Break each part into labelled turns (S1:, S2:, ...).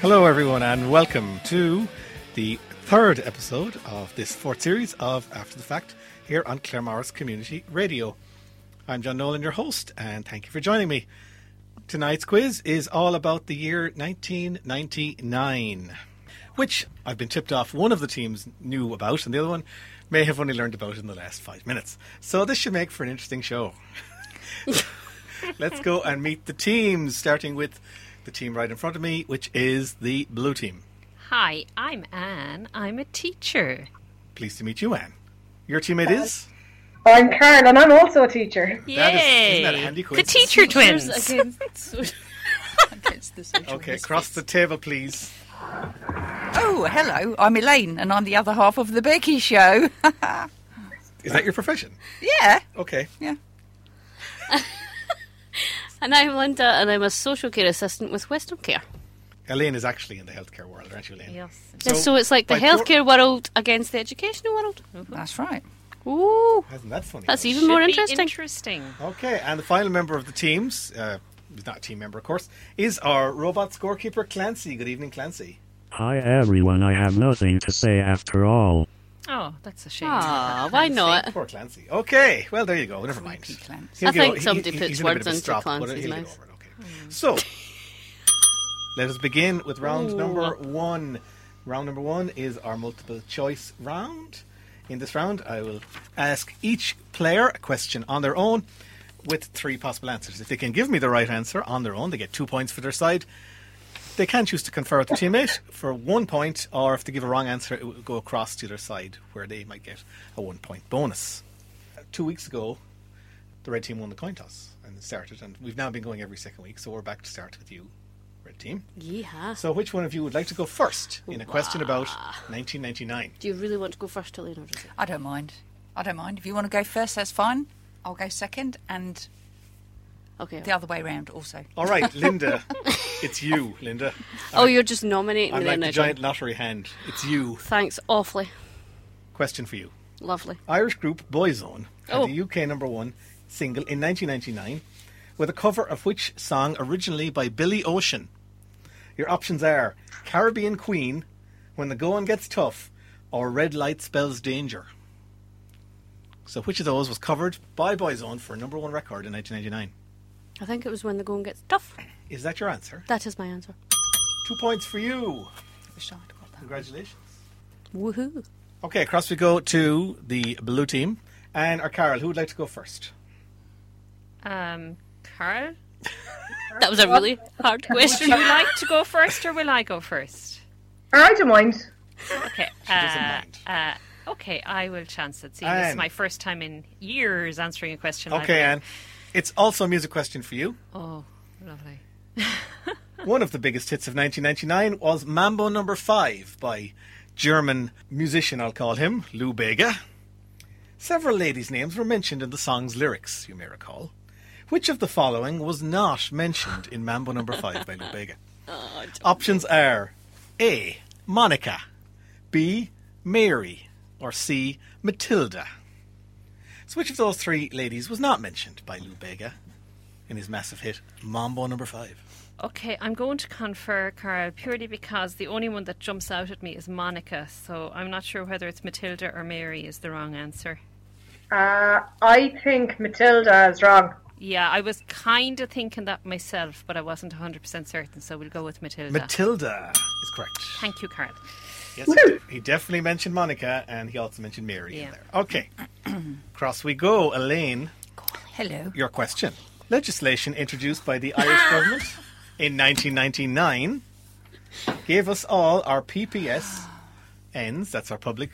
S1: Hello, everyone, and welcome to the third episode of this fourth series of After the Fact here on Claremorris Community Radio. I'm John Nolan, your host, and thank you for joining me. Tonight's quiz is all about the year 1999, which I've been tipped off one of the teams knew about, and the other one may have only learned about in the last five minutes. So this should make for an interesting show. Let's go and meet the teams, starting with the team right in front of me, which is the blue team.
S2: Hi, I'm Anne. I'm a teacher.
S1: Pleased to meet you, Anne. Your teammate is?
S3: I'm Carl, and I'm also a teacher.
S2: Yay!
S1: That is- isn't that a handy
S2: the
S1: coincidence?
S2: teacher twins.
S4: Teachers Against, against the social
S1: Okay,
S4: misfits.
S1: across the table, please.
S4: Oh, hello. I'm Elaine, and I'm the other half of the Becky Show.
S1: Is that your profession?
S4: yeah.
S1: Okay.
S5: And I'm Linda, and I'm a social care assistant with Western Care.
S1: Elaine is actually in the healthcare world, aren't you, Elaine?
S2: Yes.
S5: So, it's like the
S1: by pure-
S5: healthcare world against the educational world.
S4: That's right.
S5: Ooh,
S1: Isn't that funny?
S5: that's
S1: though?
S5: even more
S2: Should be
S5: interesting.
S2: interesting.
S1: Okay, and the final member of the teams, uh, who's not a team member, of course, is our robot scorekeeper, Clancy. Good evening, Clancy.
S6: Hi everyone, I have nothing to say after all.
S2: Oh, that's a shame.
S5: Ah, why not?
S1: Poor Clancy. Okay, well, there you go. Never mind.
S4: Creepy Clancy.
S1: He'll
S5: I
S1: get
S5: think
S1: o- he-
S5: somebody
S1: he-
S5: puts
S1: he's in a bit
S5: words
S1: of a
S5: into
S1: strop, but
S5: Clancy's
S1: he'll get
S5: mouth.
S1: over it, okay. So, let us begin with round number one. Round number one is our multiple choice round. In this round, I will ask each player a question on their own with three possible answers. If they can give me the right answer on their own, they get two points for their side. They can choose to confer with the teammate for one point, or if they give a wrong answer, it will go across to their side where they might get a one point bonus. Uh, Two weeks ago, the red team won the coin toss and it started, and we've now been going every second week, so we're back to start with you, red team.
S5: Yeah.
S1: So, which one of you would like to go first in a question about 1999?
S5: Do you really want to go first, Elaine? Or is it-
S4: I don't mind. I don't mind. If you want to go first, that's fine. I'll go second, and
S5: Okay.
S4: the other way round also.
S1: All right, Linda, it's you, Linda.
S5: oh, you're just nominating
S1: I'm
S5: me
S1: like
S5: then.
S1: the
S5: now,
S1: giant
S5: John.
S1: lottery hand. It's you.
S5: Thanks awfully.
S1: Question for you.
S5: Lovely.
S1: Irish group Boyzone had
S5: Oh.
S1: the UK number one single in 1999 with a cover of which song originally by Billy Ocean? Your options are Caribbean Queen, When the Going Gets Tough, or Red Light Spells Danger. So, which of those was covered by Boyzone for a number one record in 1999?
S5: I think it was when the going gets tough.
S1: Is that your answer?
S5: That is my answer.
S1: Two points for you.
S4: Wish I'd got that.
S1: Congratulations.
S5: Woohoo.
S1: Okay, across we go to the blue team. And or Carol, who would like to go first?
S2: Um, Carl,
S5: That was a really hard
S2: would
S5: question.
S2: you like to go first or will I go first?
S3: I don't mind.
S2: Okay.
S1: doesn't
S2: uh,
S1: mind.
S2: uh, okay, I will chance it. See, this
S1: Anne.
S2: is my first time in years answering a question. like
S1: Okay,
S2: that.
S1: Anne. It's also a music question for you.
S2: Oh, lovely.
S1: One of the biggest hits of 1999 was Mambo Number 5 by German musician, I'll call him, Lou Bega. Several ladies' names were mentioned in the song's lyrics, you may recall. Which of the following was not mentioned in Mambo Number 5 by Lou Bega? Options are A. Monica, B. Mary, or C. Matilda. So, which of those three ladies was not mentioned by Lou Bega in his massive hit Mambo Number 5?
S2: Okay, I'm going to confer, Carl, purely because the only one that jumps out at me is Monica, so I'm not sure whether it's Matilda or Mary is the wrong answer.
S3: Uh, I think Matilda is wrong.
S2: Yeah, I was kind of thinking that myself, but I wasn't 100% certain, so we'll go with Matilda.
S1: Matilda is correct.
S2: Thank you, Carl.
S1: Yes, he- he definitely mentioned Monica, and he also mentioned Mary in
S2: Yeah.
S1: there. Okay, cross we go, Elaine.
S4: Hello.
S1: Your question: Legislation introduced by the Irish government in 1999 gave us all our PPS ends, that's our public,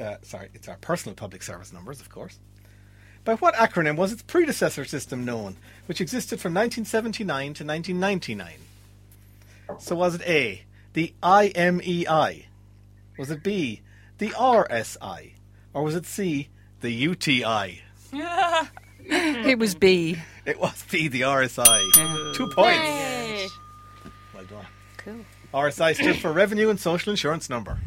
S1: uh, sorry, it's our personal public service numbers, of course. By what acronym was its predecessor system known, which existed from 1979 to 1999? So was it A, the IMEI? Was it B, the RSI? Or was it C, the UTI?
S4: It was B.
S1: It was B, the RSI. Two points.
S5: Yay.
S1: Well done.
S5: Cool.
S1: RSI stood for Revenue and Social Insurance Number.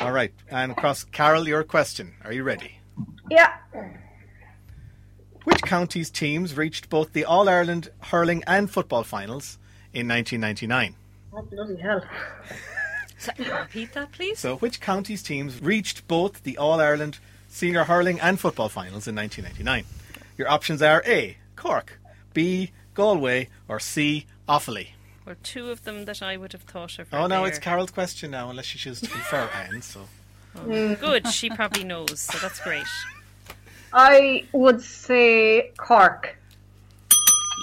S1: All right, and across Carol, your question. Are you ready?
S3: Yeah.
S1: Which county's teams reached both the All Ireland hurling and football finals in 1999?
S3: Oh, bloody hell.
S2: So, repeat that, please.
S1: So, which county's teams reached both the All Ireland senior hurling and football finals in 1999? Your options are A. Cork, B. Galway, or C. Offaly.
S2: Or two of them that I would have thought of.
S1: Oh
S2: are
S1: no,
S2: there.
S1: it's Carol's question now, unless she chooses to confer Anne. So,
S2: Good. She probably knows, so that's great.
S3: I would say Cork.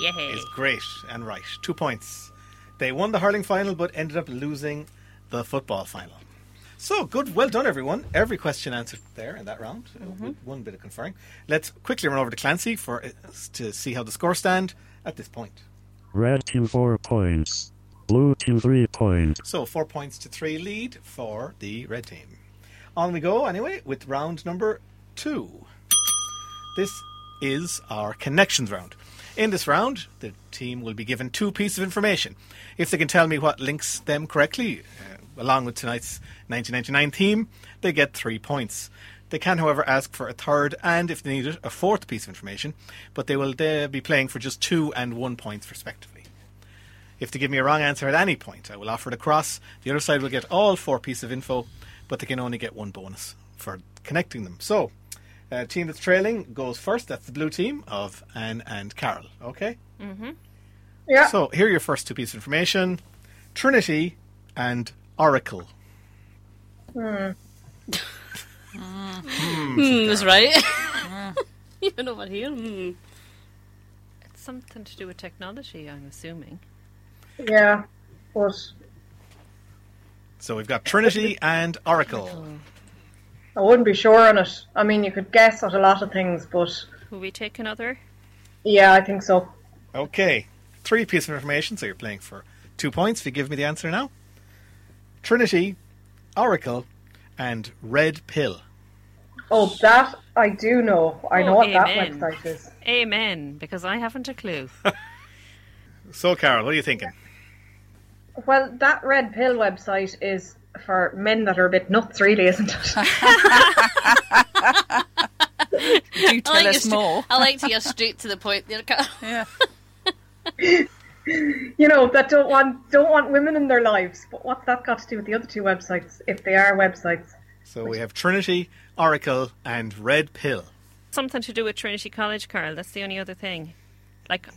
S2: Yay.
S1: is great and right. Two points. They won the hurling final but ended up losing the football final. So good, well done everyone. Every question answered there in that round, uh, with one bit of conferring. Let's quickly run over to Clancy for uh, s- to see how the scores stand at this point.
S6: Red team 4 points. Blue team 3 points.
S1: So four points to three lead for the red team. On we go anyway with round number two. This is our connections round. In this round, the team will be given two pieces of information. If they can tell me what links them correctly, uh, along with tonight's 1999 theme, they get three points. They can, however, ask for a third and, if they need it, a fourth piece of information, but they will uh, be playing for just two and one points, respectively. If they give me a wrong answer at any point, I will offer it across. The other side will get all four pieces of info, but they can only get one bonus for connecting them. So, uh, team that's trailing goes first. That's the blue team of Anne and Carol. Okay?
S3: Yeah.
S1: So, here are your first two pieces of information Trinity and Oracle.
S5: Hmm, was right. Even over here. Hmm.
S2: It's something to do with technology, I'm assuming.
S3: yeah. But
S1: So, we've got Trinity and Oracle.
S3: I wouldn't be sure on it. I mean, you could guess at a lot of things, but
S2: Will we take another?
S3: yeah, I think so.
S1: Okay. Three pieces of information, so you're playing for two points if you give me the answer now. Trinity, Oracle, and Red Pill.
S3: Oh, that I do know. I know
S2: Oh,
S3: what
S2: amen.
S3: that website is.
S2: Amen, because I haven't a clue.
S1: So, Carol, what are you thinking?
S3: Well, that red pill website is for men that are a bit nuts, really, isn't it?
S4: Do
S5: I
S4: tell
S5: like your
S4: us
S5: st-
S4: more.
S5: I like to get straight to the point there, Carol.
S4: Yeah.
S3: you know that don't want don't want women in their lives. But what's that got to do with the other two websites if they are websites?
S1: So we have Trinity, Oracle, and Red Pill.
S2: something to do with Trinity College, Carl. That's the only other thing. Like,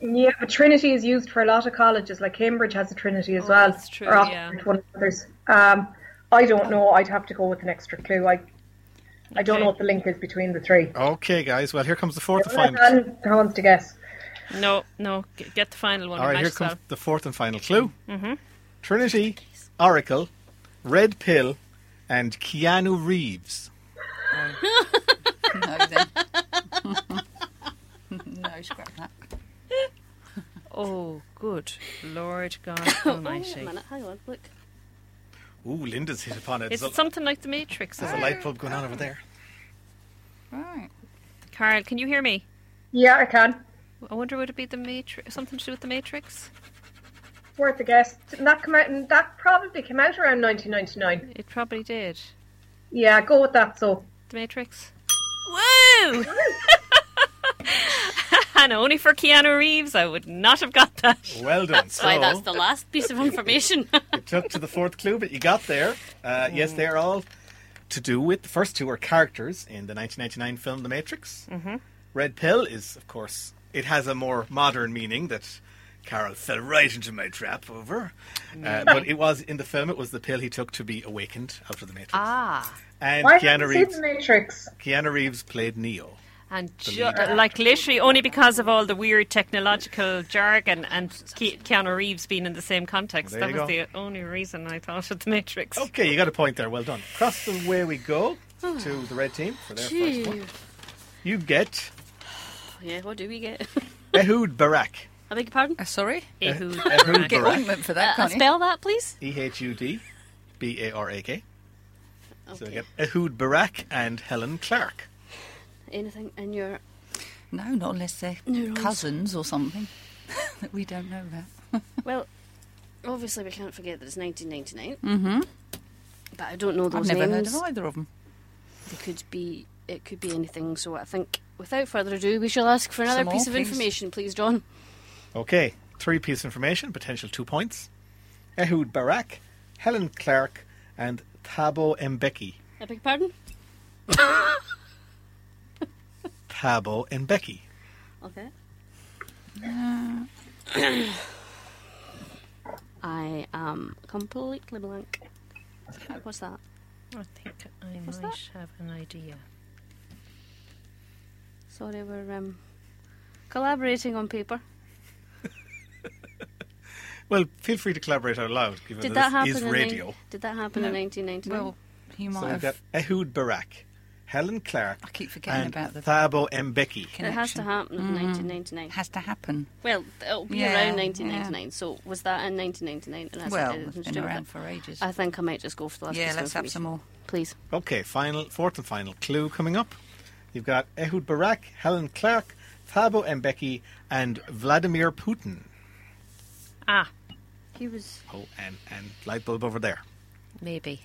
S3: Yeah, but Trinity is used for a lot of colleges. Like Cambridge has a Trinity as
S2: Oh,
S3: well,
S2: that's true,
S3: or Oxford,
S2: yeah.
S3: one of the others. Um, I don't know. I'd have to go with an extra clue. I, I don't
S2: Okay.
S3: know what the link is between the three.
S1: Okay, guys. Well, here comes the fourth and
S3: And
S1: final.
S3: who wants to guess?
S2: no, no, g- get the final one.
S1: All
S2: we
S1: right,
S2: might
S1: here
S2: as well.
S1: comes the fourth and final clue. Mm-hmm. Trinity, Oracle, Red Pill, and Keanu Reeves.
S4: No, then. no, scrap that.
S2: Oh, good Lord God Almighty!
S5: Wait a Oh, minute, hang on, look.
S1: Ooh, Linda's hit upon it.
S2: It's
S1: There's a,
S2: something like the Matrix,
S1: there's
S2: isn't
S1: a
S2: it?
S1: light bulb going on over there.
S4: Right.
S2: Carl, can you hear me?
S3: Yeah, I can.
S2: I wonder would it be the Matrix? Something to do with the Matrix?
S3: Worth a guess. Didn't that come out? in- That probably came out around 1999.
S2: It probably did.
S3: Yeah, go with that. So
S2: The Matrix.
S5: Woo!
S2: And only for Keanu Reeves, I would not have got that.
S1: Well done. so
S5: Why, that's the last piece of information.
S1: you took to the fourth clue, but you got there. Uh, Yes, they are
S3: Mm.
S1: all to do with the first two are characters in the 1999 film The Matrix. Mm-hmm. Red Pill is, of course, it has a more modern meaning that Carol fell right into my trap over.
S3: Mm.
S1: Uh, but it was in the film, it was the pill he took to be awakened after The Matrix.
S2: Ah,
S1: and
S3: why
S1: Keanu
S3: haven't you seen
S1: Reeves,
S3: the Matrix?
S1: Keanu Reeves played Neo.
S2: And ju- uh, like literally only because of all the weird technological jargon and Ke- Keanu Reeves being in the same context.
S1: There
S2: that
S1: you
S2: was
S1: go. Oh.
S2: the only reason I thought of the Matrix.
S1: Okay, you got a point there. Well done. Across the way we go to the red team for their first one. You get
S5: Yeah, what do we get?
S1: Ehud Barak.
S5: I beg your pardon?
S4: Uh, sorry?
S5: Ehud.
S1: Ehud
S4: Get
S1: Barak.
S4: ointment for
S5: Uh,
S4: that, can't you?
S5: spell that, please.
S1: E H U D B A R A K. So we get Ehud Barak and Helen Clark.
S5: Anything in your.
S4: No, not unless they're cousins or something that we don't know about.
S5: Well, obviously, we can't forget that it's 1999. Mm hmm. But I don't know
S4: I've
S5: those
S4: never heard
S5: names.
S4: of either of them.
S5: They could be. It could be anything. So I think, without further ado, we shall ask for another
S4: Some more,
S5: piece of
S4: please.
S5: information, please, John.
S1: Okay, three piece of information, potential two points. Ehud Barak, Helen Clark, and Thabo Mbeki.
S5: I beg your pardon?
S1: Thabo Mbeki.
S5: Okay. Uh. I am completely blank. What's that?
S2: I think I might have an idea.
S5: Sorry, we're um, collaborating on paper.
S1: Well, feel free to collaborate out loud, given
S5: Did
S1: that
S5: that happen?
S1: this is
S5: in
S1: radio.
S5: Nin- did that happen in 1999?
S4: Well, he
S1: So
S4: might
S1: we've
S4: have.
S1: got Ehud Barak, Helen Clark,
S4: I keep forgetting
S1: and
S4: about the
S1: Thabo Mbeki.
S5: it
S4: connection.
S5: has to happen in 1999.
S4: Has to happen.
S5: Well, it'll be
S4: Mm. Yeah,
S5: around
S4: yeah.
S5: 1999. So was that in 1999? And that's
S4: well,
S5: it, it's
S4: we've
S5: to
S4: been
S5: do with
S4: around
S5: it.
S4: for ages.
S5: I think I might just go for the last.
S4: yeah,
S5: piece of
S4: let's have
S5: information.
S4: some more.
S5: please.
S1: Okay, final fourth and final clue coming up. You've got Ehud Barak, Helen Clark, Thabo Mbeki, and Vladimir Putin.
S2: Ah,
S5: He was
S1: Oh, and and light bulb over there.
S2: maybe.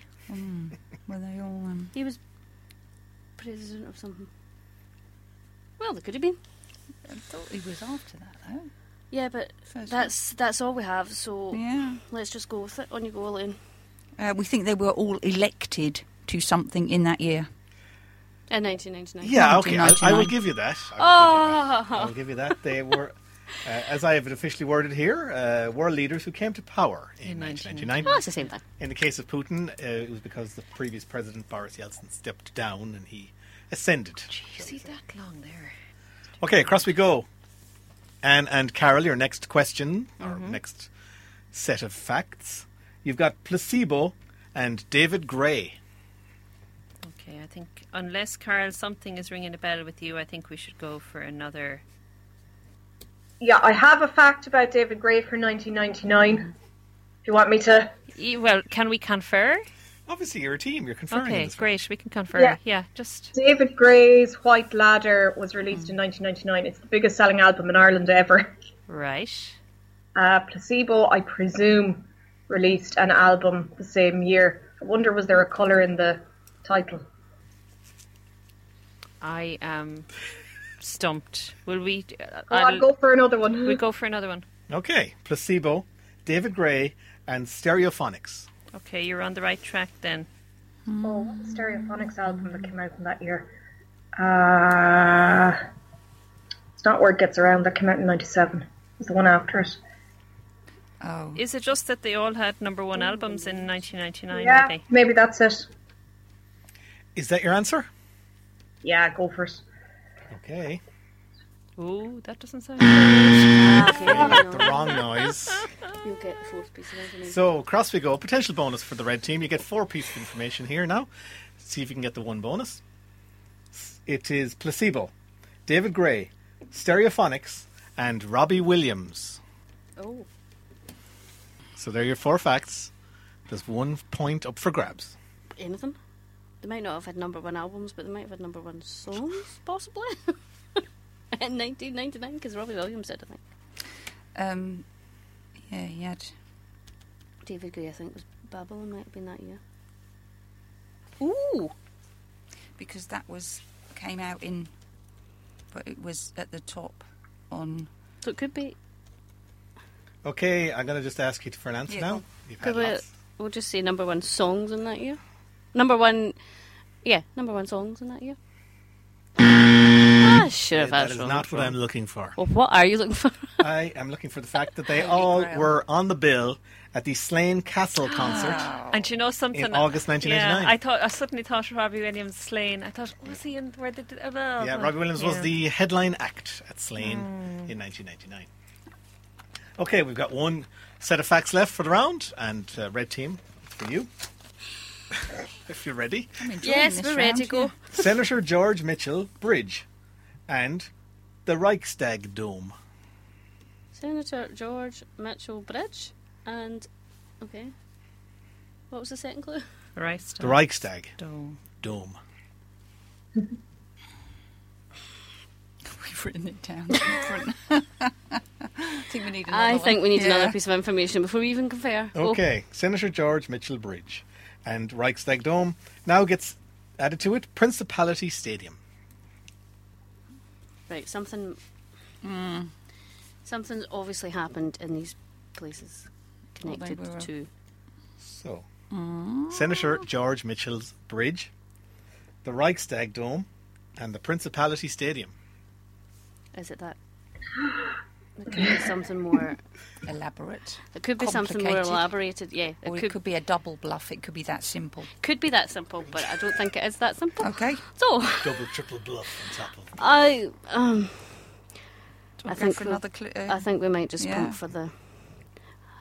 S4: Were they all. Um,
S5: he was president of something. Well, there could have been.
S4: I thought he was after that, though.
S5: Yeah, but
S4: First
S5: that's that's all we have. So
S4: Yeah.
S5: let's just go with it. On you go, Elaine.
S4: Uh, we think they were all elected to something in that year.
S5: In 1999.
S1: Yeah, okay, I, I will
S4: 1999.
S1: give you that. I will, give you that.
S5: Oh.
S1: I will give you that. They were, uh, as I have it officially worded here, uh, were leaders who came to power in, 1999.
S5: Oh, it's the same thing.
S1: In the case of Putin, uh, it was because the previous president Boris Yeltsin stepped down and he ascended. shall we say.
S2: that long there?
S1: Okay, across we go. Anne and Carol, your next question, or
S2: Mm-hmm.
S1: next set of facts. You've got placebo and David Gray.
S2: Okay, I think unless Carl something is ringing a bell with you, I think we should go for another.
S3: Yeah, I have a fact about David Gray for 1999. If you want me to.
S2: E- Well, can we confer?
S1: Obviously, you're a team. You're conferring. in
S2: Okay,
S1: this
S2: great. We can confer. Yeah,
S3: Yeah.
S2: just
S3: David Gray's White Ladder was released in 1999. It's the biggest selling album in Ireland ever.
S2: right.
S3: Uh, Placebo, I presume, released an album the same year. I wonder was there a colour in the title?
S2: I am stumped. Will we? Uh,
S3: Oh, I'll Hmm. go for another one.
S2: We go for another one.
S1: round. Okay, placebo, David Gray, and stereophonics.
S2: Okay, you're on the right track then.
S3: Oh, what was Stereophonics album that came out in that year? Uh, it's not Word Gets Around, that came out in 97. It's the one after it.
S4: Oh,
S2: Is it just that they all had number one albums in 1999?
S3: Yeah,
S2: Maybe?
S3: maybe that's it.
S1: Is that your answer?
S3: Yeah, go for it.
S1: Okay.
S2: Ooh, that doesn't sound. good.
S5: Ah, Okay, hang
S1: The
S5: on.
S1: wrong noise.
S5: You'll get the fourth piece of information.
S1: So, across we go. Potential bonus for the red team. You get four pieces of information here now. See if you can get the one bonus. It is placebo, David Gray, stereophonics, and Robbie Williams.
S5: oh,
S1: So, there are your four facts. There's one point up for grabs.
S5: anything? They might not have had number one albums, but they might have had number one songs, possibly. In 1999, because Robbie Williams did, I think.
S4: um, yeah, he had.
S5: David Gray, I think, was Babylon, might have been that year. Ooh!
S4: because that was came out in but it was at the top on
S5: So it could be.
S1: Okay, I'm going to just ask you for an answer
S4: Yeah,
S1: now.
S4: go.
S1: You've had
S5: Could we,
S1: lots.
S5: we'll just say number one songs in that year. Number one. Yeah, number one songs in that year. I should have
S1: That
S5: asked
S1: is
S5: wrong.
S1: not what I'm looking for.
S5: Well, what are you looking for?
S1: I am looking for the fact that they all
S4: Grail.
S1: were on the bill at the Slane Castle concert.
S2: And you know something? uh,
S1: August 1989.
S2: Yeah, I thought I suddenly thought Robbie Williams slain. I thought was he in where they did? Uh, blah,
S1: Yeah,
S2: blah.
S1: Robbie Williams was
S2: Yeah. Hmm.
S1: the headline act at Slane in 1999. Okay, we've got one set of facts left for the round, and uh, red team it's for you, if you're ready.
S4: I'm enjoying
S5: Yes,
S4: this
S5: we're ready to
S4: round.
S5: go.
S1: Senator George Mitchell Bridge, and the Reichstag Dome.
S5: Senator George Mitchell Bridge and okay. What was the second clue?
S2: Right.
S1: The Reichstag
S2: Dome.
S1: Dome.
S4: We've written it down. I think we need another
S5: I
S4: one.
S5: think we need
S4: Yeah.
S5: another piece of information before we even confer.
S2: Oh.
S5: Go.
S1: Okay, Senator George Mitchell Bridge, and Reichstag Dome now gets added to it Principality Stadium.
S5: Oh, Right, something
S4: Hmm.
S5: something's obviously happened in these places
S4: Well, they
S5: connected
S4: were-
S5: to
S1: So, Senator George Mitchell's Bridge, the Reichstag Dome, and the Principality Stadium.
S5: is it that? It could be something more
S4: Elaborate.
S5: it could be something more
S4: Complicated.
S5: elaborated, yeah. It
S4: Or
S5: could,
S4: it could be a double bluff. It could be that simple.
S5: could be that simple, but I don't think it is that simple.
S4: Okay.
S5: So
S1: Double, triple bluff on top of.
S5: I um
S4: Do we
S5: I
S4: go
S5: think
S4: for
S5: we'll-
S4: another clue.
S5: I think we might just
S4: Yeah.
S5: pump for the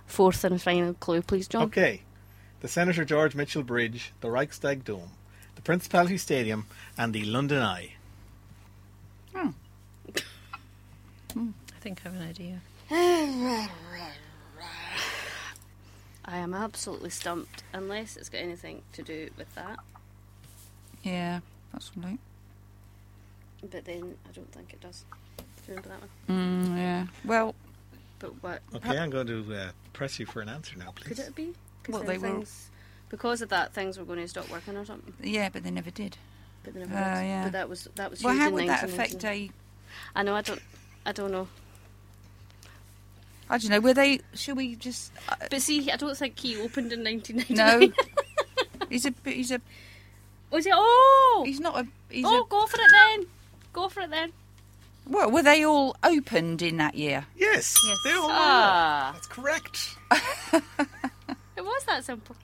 S5: fourth and final clue, please, John.
S1: Okay, the Senator George Mitchell Bridge, the Reichstag Dome, the Principality Stadium, and the London Eye.
S4: Hmm.
S2: I think I have an idea.
S5: I am absolutely stumped, unless it's got anything to do with that.
S4: Yeah, that's right.
S5: But then I don't think it does. Do you remember that one?
S4: Mm, yeah. Well,
S5: But what
S1: Okay, I'm going to uh, press you for an answer now,
S5: could
S1: please.
S5: it be? 'Cause
S4: Well,
S5: then
S4: they were-
S5: things- Because of that, things were going to stop working or something.
S4: yeah, but they never did.
S5: But they never
S4: Oh,
S5: did.
S4: yeah.
S5: But that was that was.
S4: well,
S5: huge
S4: how
S5: in
S4: would that affect
S5: 1990.
S4: a?
S5: I know. I don't. I don't know.
S4: I don't know. Were they? Should we just? Uh,
S5: But see, I don't think he opened in 1999.
S4: no. he's a. He's a.
S5: was it? Oh,
S4: He's not a. He's
S5: oh, go for it then. Go for it then.
S4: a. Well, were they all opened in that year?
S1: Yes,
S2: Yes.
S1: they all are.
S5: Ah,
S1: That's correct.
S5: it was that simple.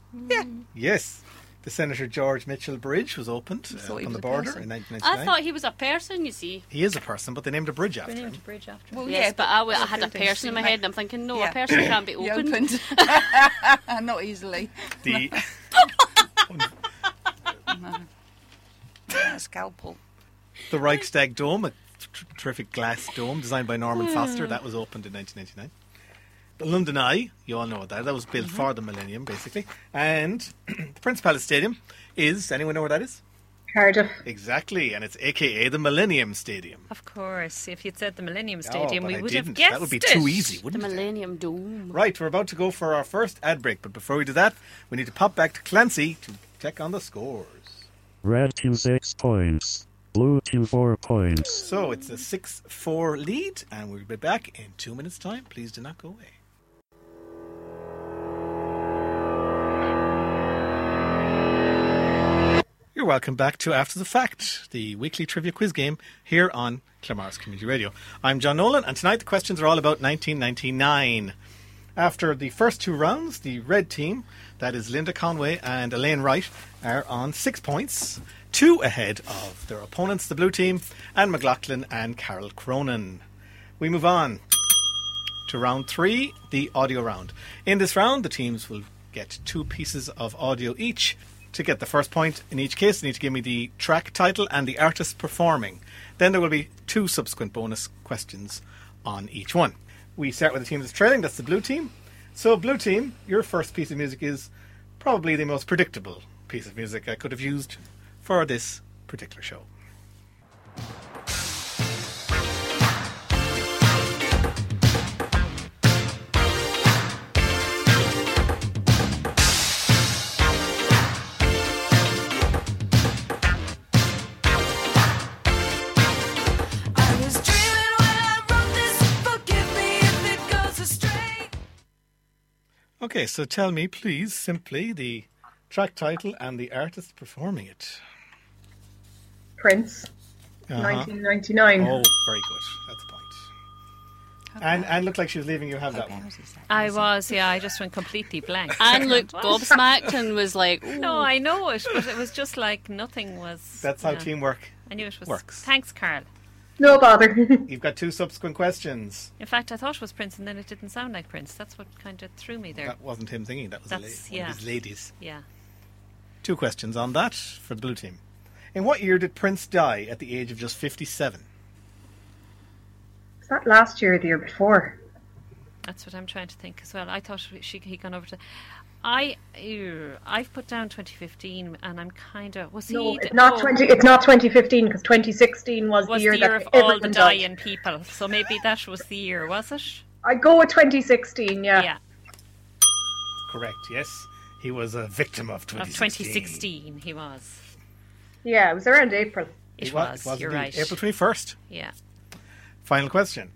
S1: Yes, the Senator George Mitchell Bridge was opened
S4: I
S1: uh,
S4: thought
S1: up
S4: he
S1: on
S4: was
S1: the
S4: a
S1: border
S4: person.
S1: in
S5: I
S1: 1999.
S5: thought he was a person. You see.
S1: he is a person, but they named a bridge after
S2: We
S1: him.
S2: named a bridge after.
S4: Well,
S5: Yes,
S4: yeah,
S5: Oh, but I, I had a
S4: buildings
S5: person in my
S4: seem
S5: head, and I'm thinking, no,
S4: Yeah.
S5: a person can't be
S4: like
S5: opened.
S4: opened. not easily.
S1: The
S4: Yeah, scalpel.
S1: The Reichstag Dome, a tr- terrific glass dome designed by Norman
S2: Hmm.
S1: Foster, that was opened in 1999. The London Eye, you all know that. That was
S2: Mm-hmm.
S1: built for the millennium, basically. And the Prince Palace Stadium is, anyone know where that is?
S3: Cardiff.
S1: Exactly, and it's AKA the Millennium Stadium.
S2: Of course, if you'd said the Millennium
S1: Oh,
S2: Stadium,
S1: but
S2: we
S1: I
S2: would have
S1: didn't.
S2: guessed
S1: That would be
S2: it.
S1: too easy,
S5: The
S1: wouldn't it?
S5: Millennium Dome.
S1: Right, we're about to go for our first ad break, but before we do that, we need to pop back to Clancy to check on the scores.
S6: Red team 6 points. Blue team 4 points.
S1: So it's a 6 4 lead, and we'll be back in two minutes' time. Please do not go away. You're welcome back to After the Fact, the weekly trivia quiz game here on Claremorris Community Radio. I'm John Nolan, and tonight the questions are all about 1999. After the first two rounds, the red team, that is Linda Conway and Elaine Wright, are on six points, two ahead of their opponents, the blue team, and McLaughlin and Carol Cronin. We move on to round three, the audio round. In this round, the teams will get two pieces of audio each. To get the first point in each case, they need to give me the track title and the artist performing. Then there will be two subsequent bonus questions on each one. We start with the team that's trailing, that's the blue team. So, blue team, your first piece of music is probably the most predictable piece of music I could have used for this particular show. Okay, so tell me, please, simply the track title and the artist performing it.
S3: Prince.
S1: Uh-huh.
S3: 1999.
S1: Oh, very good. That's a point. And and looked like she was leaving you have that
S4: How
S1: one.
S4: bad is that?
S2: I
S4: Is it-
S2: was, yeah. I just went completely blank.
S5: Anne looked
S2: What?
S5: gobsmacked and was like, Ooh.
S2: No, I know it, but it was just like nothing was.
S1: That's how
S2: yeah.
S1: teamwork.
S2: I knew it was.
S1: works.
S2: Thanks, Carl.
S3: No bother.
S1: You've got two subsequent questions.
S2: In fact, I thought it was Prince, and then it didn't sound like Prince. That's what kind of threw me there.
S1: That wasn't him singing. That was a la-
S2: That's-
S1: one
S2: yeah.
S1: of his ladies.
S2: Yeah.
S1: Two questions on that for the blue team. In what year did Prince die at the age of just fifty-seven?
S3: Was that last year or the year before?
S2: That's what I'm trying to think as well. I thought she he gone over to. I ew, I've put down 2015, and I'm kind of was
S3: No,
S2: he?
S3: it's not
S2: oh,
S3: twenty. It's not twenty fifteen because twenty sixteen was,
S2: Was
S3: the year, that
S2: of all the
S3: everyone died.
S2: dying people, so maybe that was the year, was it?
S3: I go with twenty sixteen. Yeah.
S2: Yeah,
S1: Correct. Yes, he was a victim of
S2: of
S1: 2016.
S2: 2016 he was.
S3: Yeah, It was around April.
S2: It,
S1: It wa-
S2: was.
S1: it was
S2: you're
S1: indeed.
S2: right.
S1: April twenty-first.
S2: Yeah.
S1: Final question.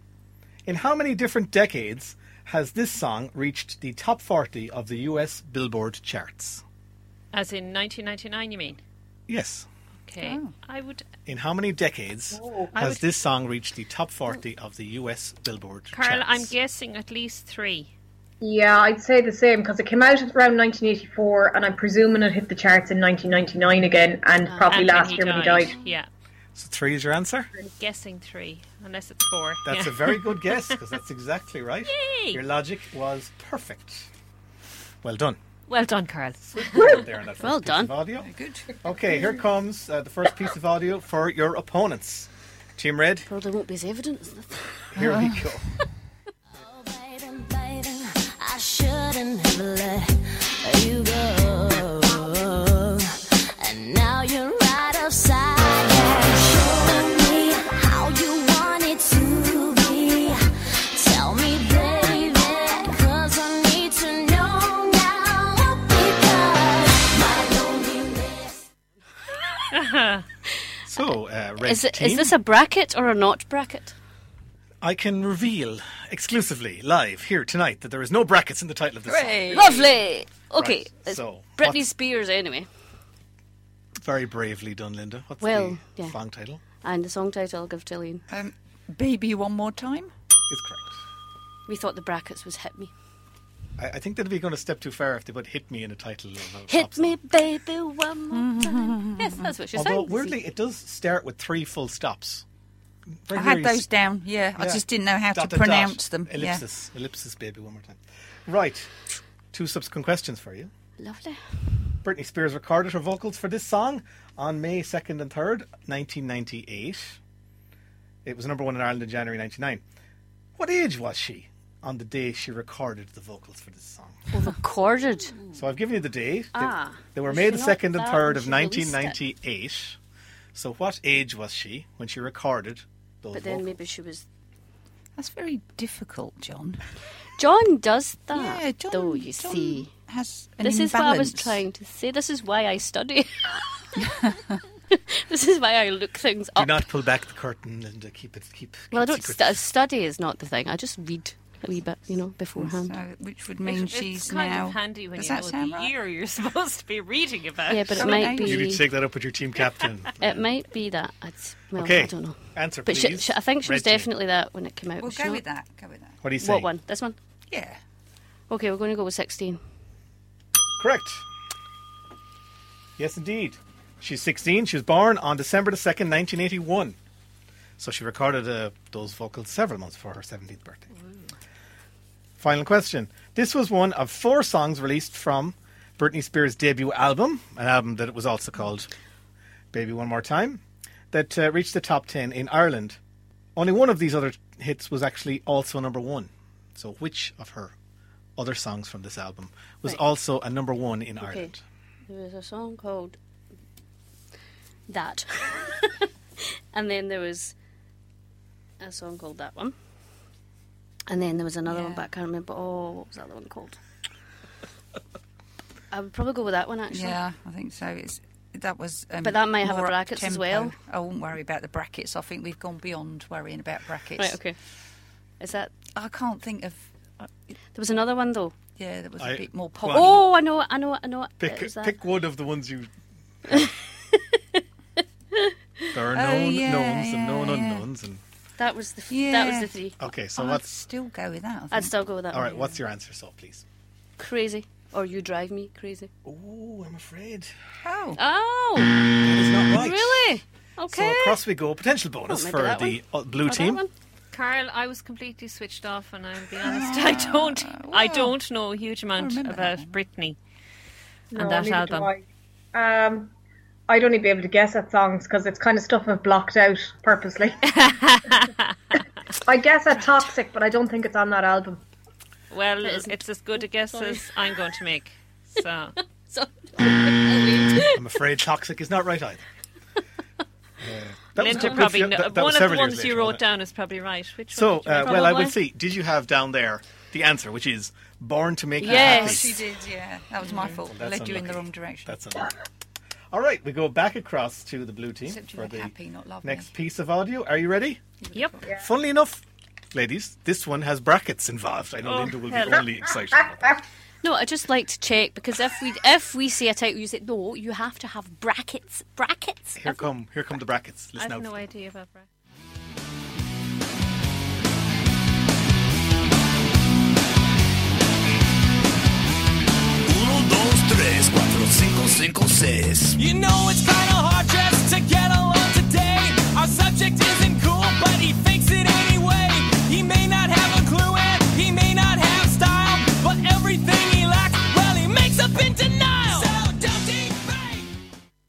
S1: In how many different decades has this song reached the top 40 of the US Billboard charts?
S2: As in 1999, you mean?
S1: Yes.
S2: Okay.
S3: Oh.
S2: I would.
S1: In how many decades
S5: Oh.
S2: I
S1: has
S2: would-
S1: this song reached the top 40 of the US Billboard
S2: Carl,
S1: charts?
S2: I'm guessing at least three.
S3: Yeah, I'd say the same because it came out around 1984, and I'm presuming it hit the charts in 1999 again, and
S2: Ah.
S3: probably
S2: And
S3: last year when he died.
S2: Yeah.
S1: So 3 is your answer?
S2: I'm guessing three, unless it's four.
S1: That's
S2: yeah.
S1: a very good guess because that's exactly right.
S2: Yay!
S1: Your logic was perfect. Well done.
S2: Well done, Carl.
S1: there on that first
S5: Well
S1: piece
S5: done.
S1: of audio.
S4: Good.
S1: Okay, here comes uh, the first piece of audio for your opponents. Team Red,
S5: Well, there won't be as evidence.
S1: here we go.
S7: I shouldn't have let you go. And now you're right outside, showing me how you want it to be. Tell me, baby, 'cause I need to know now. Because my loneliness.
S1: So, uh, Red
S5: Is, it,
S1: team,
S5: is this a bracket or a not bracket?
S1: I can reveal exclusively live here tonight that there is no brackets in the title of this song.
S5: Lovely! Okay,
S1: Right,
S5: it's
S1: so
S5: Britney
S1: what's-
S5: Spears anyway.
S1: Very bravely done, Linda. What's
S5: Well,
S1: the
S5: yeah.
S1: song title?
S5: And the song title I'll give to Elaine.
S4: Um, baby, one more time.
S1: It's correct.
S5: We thought the brackets was Hit Me.
S1: I, I think that'd be going a step too far if they put "Hit Me" in a title. Of a pop
S5: Hit
S1: song.
S5: me, baby, one more time. Yes, that's what she
S1: Mm-hmm. Although
S5: sang.
S1: weirdly, it does start with three full stops. Very
S4: I had
S1: curious.
S4: those down. Yeah, I
S1: Yeah.
S4: just didn't know how
S1: Dot, dot, dot.
S4: to pronounce them.
S1: Ellipsis, ellipsis, baby, one more time. Right, two subsequent questions for you.
S5: Lovely.
S1: Britney Spears recorded her vocals for this song on May 2nd and 3rd, 1998. It was number one in Ireland in January 99. What age was she on the day she recorded the vocals for this song?
S5: Recorded.
S1: So I've given you the day. They,
S5: Ah.
S1: they were
S5: Was
S1: May
S5: she
S1: the
S5: not
S1: 2nd and
S5: that
S1: 3rd
S5: when
S1: of
S5: she released it?
S1: 1998. So what age was she when she recorded those
S5: But then
S1: vocals?
S5: maybe she was.
S4: That's very difficult, John.
S5: John does that,
S4: yeah, John.
S5: though, you
S4: John
S5: see.
S4: has an
S5: This is what I was
S4: imbalance.
S5: trying to say. This is why I study. this is why I look things
S1: Do
S5: up.
S1: not pull back the curtain and uh, keep it keep.
S5: well, I
S1: keep
S5: don't uh,
S1: secret.
S5: stu- study is not the thing. I just read a wee bit, you know, beforehand.
S4: So, which would mean
S2: it's
S4: she's
S2: kind
S4: now.
S2: of handy when
S4: Does
S2: you
S4: that
S2: know the
S4: sound right?
S2: year you're supposed to be reading about.
S5: Yeah, but it
S4: Some
S5: might
S4: age.
S1: You need to
S5: be.
S1: take that up with your team captain.
S5: It might be that. I'd- well,
S1: okay,
S5: I don't know.
S1: Answer,
S5: But she,
S1: please.
S5: she, I think she was
S1: Red team.
S5: definitely that when it came out.
S4: We'll
S5: was she
S4: go
S5: not?
S4: with that. Go with that.
S1: What do you say?
S5: What one? This one?
S4: Yeah.
S5: Okay, we're going to go with 16.
S1: Correct. Yes, indeed. She's 16. She was born on December the 2nd, 1981. So she recorded uh, those vocals several months before her 17th birthday. Final question. This was one of four songs released from Britney Spears' debut album, an album that was also called Baby One More Time, that uh, reached the top 10 in Ireland. Only one of these other hits was actually also number one. So, which of her other songs from this album was also a number one in Ireland?
S5: There was a song called That. and then there was a song called That One. And then there was another one,
S4: Yeah.
S5: but I can't remember. Oh, what was that other one called? I would probably go with that one, actually.
S4: Yeah, I think so. It's that was. Um,
S5: But that might have a
S4: more
S5: brackets as
S4: up-tempo.
S5: well.
S4: I wouldn't worry about the brackets. I think we've gone beyond worrying about brackets.
S5: Right, okay. Is that.
S4: I can't think of.
S5: There was another one, though.
S4: Yeah, that was a
S1: I-
S4: bit more pop.
S1: Well,
S5: Oh, I know it, I know it, I know it. it
S1: Pick,
S5: was that.
S1: pick one of the ones you. there are
S4: Oh,
S1: known
S4: yeah,
S1: knowns and
S4: yeah,
S1: known
S4: yeah. Oh,
S1: unknowns, and
S5: That was the f- that was
S4: Yeah.
S5: the three.
S1: Okay, so
S4: I'd
S1: what's
S4: still go with that. I
S5: I'd
S4: think.
S5: still go with that.
S1: Oh. all
S5: one.
S1: right? What's your answer, so please?
S5: Crazy or you drive me crazy?
S1: Oh, I'm afraid
S4: Oh,
S5: Oh,
S1: it's not right.
S5: really?
S1: So
S5: Okay.
S1: across we go. Potential bonus
S5: Oh, maybe
S1: for
S5: that
S1: the uh,
S5: Oh,
S1: blue
S5: that
S1: team.
S5: one?
S2: Carl, I was completely switched off, and I'll be honest, I don't, I don't know a huge amount
S4: Ah, remember that
S2: about Britney
S3: No,
S2: and that
S3: neither do
S2: album.
S3: I. Um, I'd only be able to guess at songs because it's kind of stuff I've blocked out purposely. I guess at Toxic, but I don't think it's on that album.
S2: Well,
S5: isn't-
S2: it's as good a guess
S5: sorry.
S2: as I'm going to make. So,
S5: So, I
S1: I'm afraid toxic is not right either. Uh, that was a
S2: Linda
S1: good
S2: probably
S1: few-
S2: kno-
S1: that- that was
S2: one of the
S1: several years
S2: ones you
S1: later,
S2: wrote
S1: wasn't it?
S2: down is probably right. Which
S1: So,
S2: one?
S1: uh, well, I will
S5: Probably.
S1: see. Did you have down there the answer, which is born to make you
S2: Yes.
S4: oh,
S1: happy?
S4: she did. Yeah, that was my fault. I
S1: Mm. That's
S4: led you in the
S1: unlucky.
S4: wrong direction.
S1: That's unlucky. All right, we go back across to the blue team
S4: Except you
S1: for
S4: were
S1: the
S4: happy, not lovely.
S1: next piece of audio. Are you ready?
S2: Yep.
S1: Funnily enough, ladies, this one has brackets involved. I know
S2: Oh,
S1: Linda will
S2: hell.
S1: be only excited about that.
S5: no, I just like to check because if we if we say a title, you say no, you have to have brackets, brackets.
S1: Here come, here come the brackets.
S2: I
S1: Listen
S2: have
S1: out.
S2: no idea about Brad.
S8: You know it's kinda hard just to get along today. Our subject isn't cool, but he thinks it anyway. He may not have a clue and he may not have style, but everything he lacks, well, he makes up in denial. So don't
S5: Oh,
S8: debate.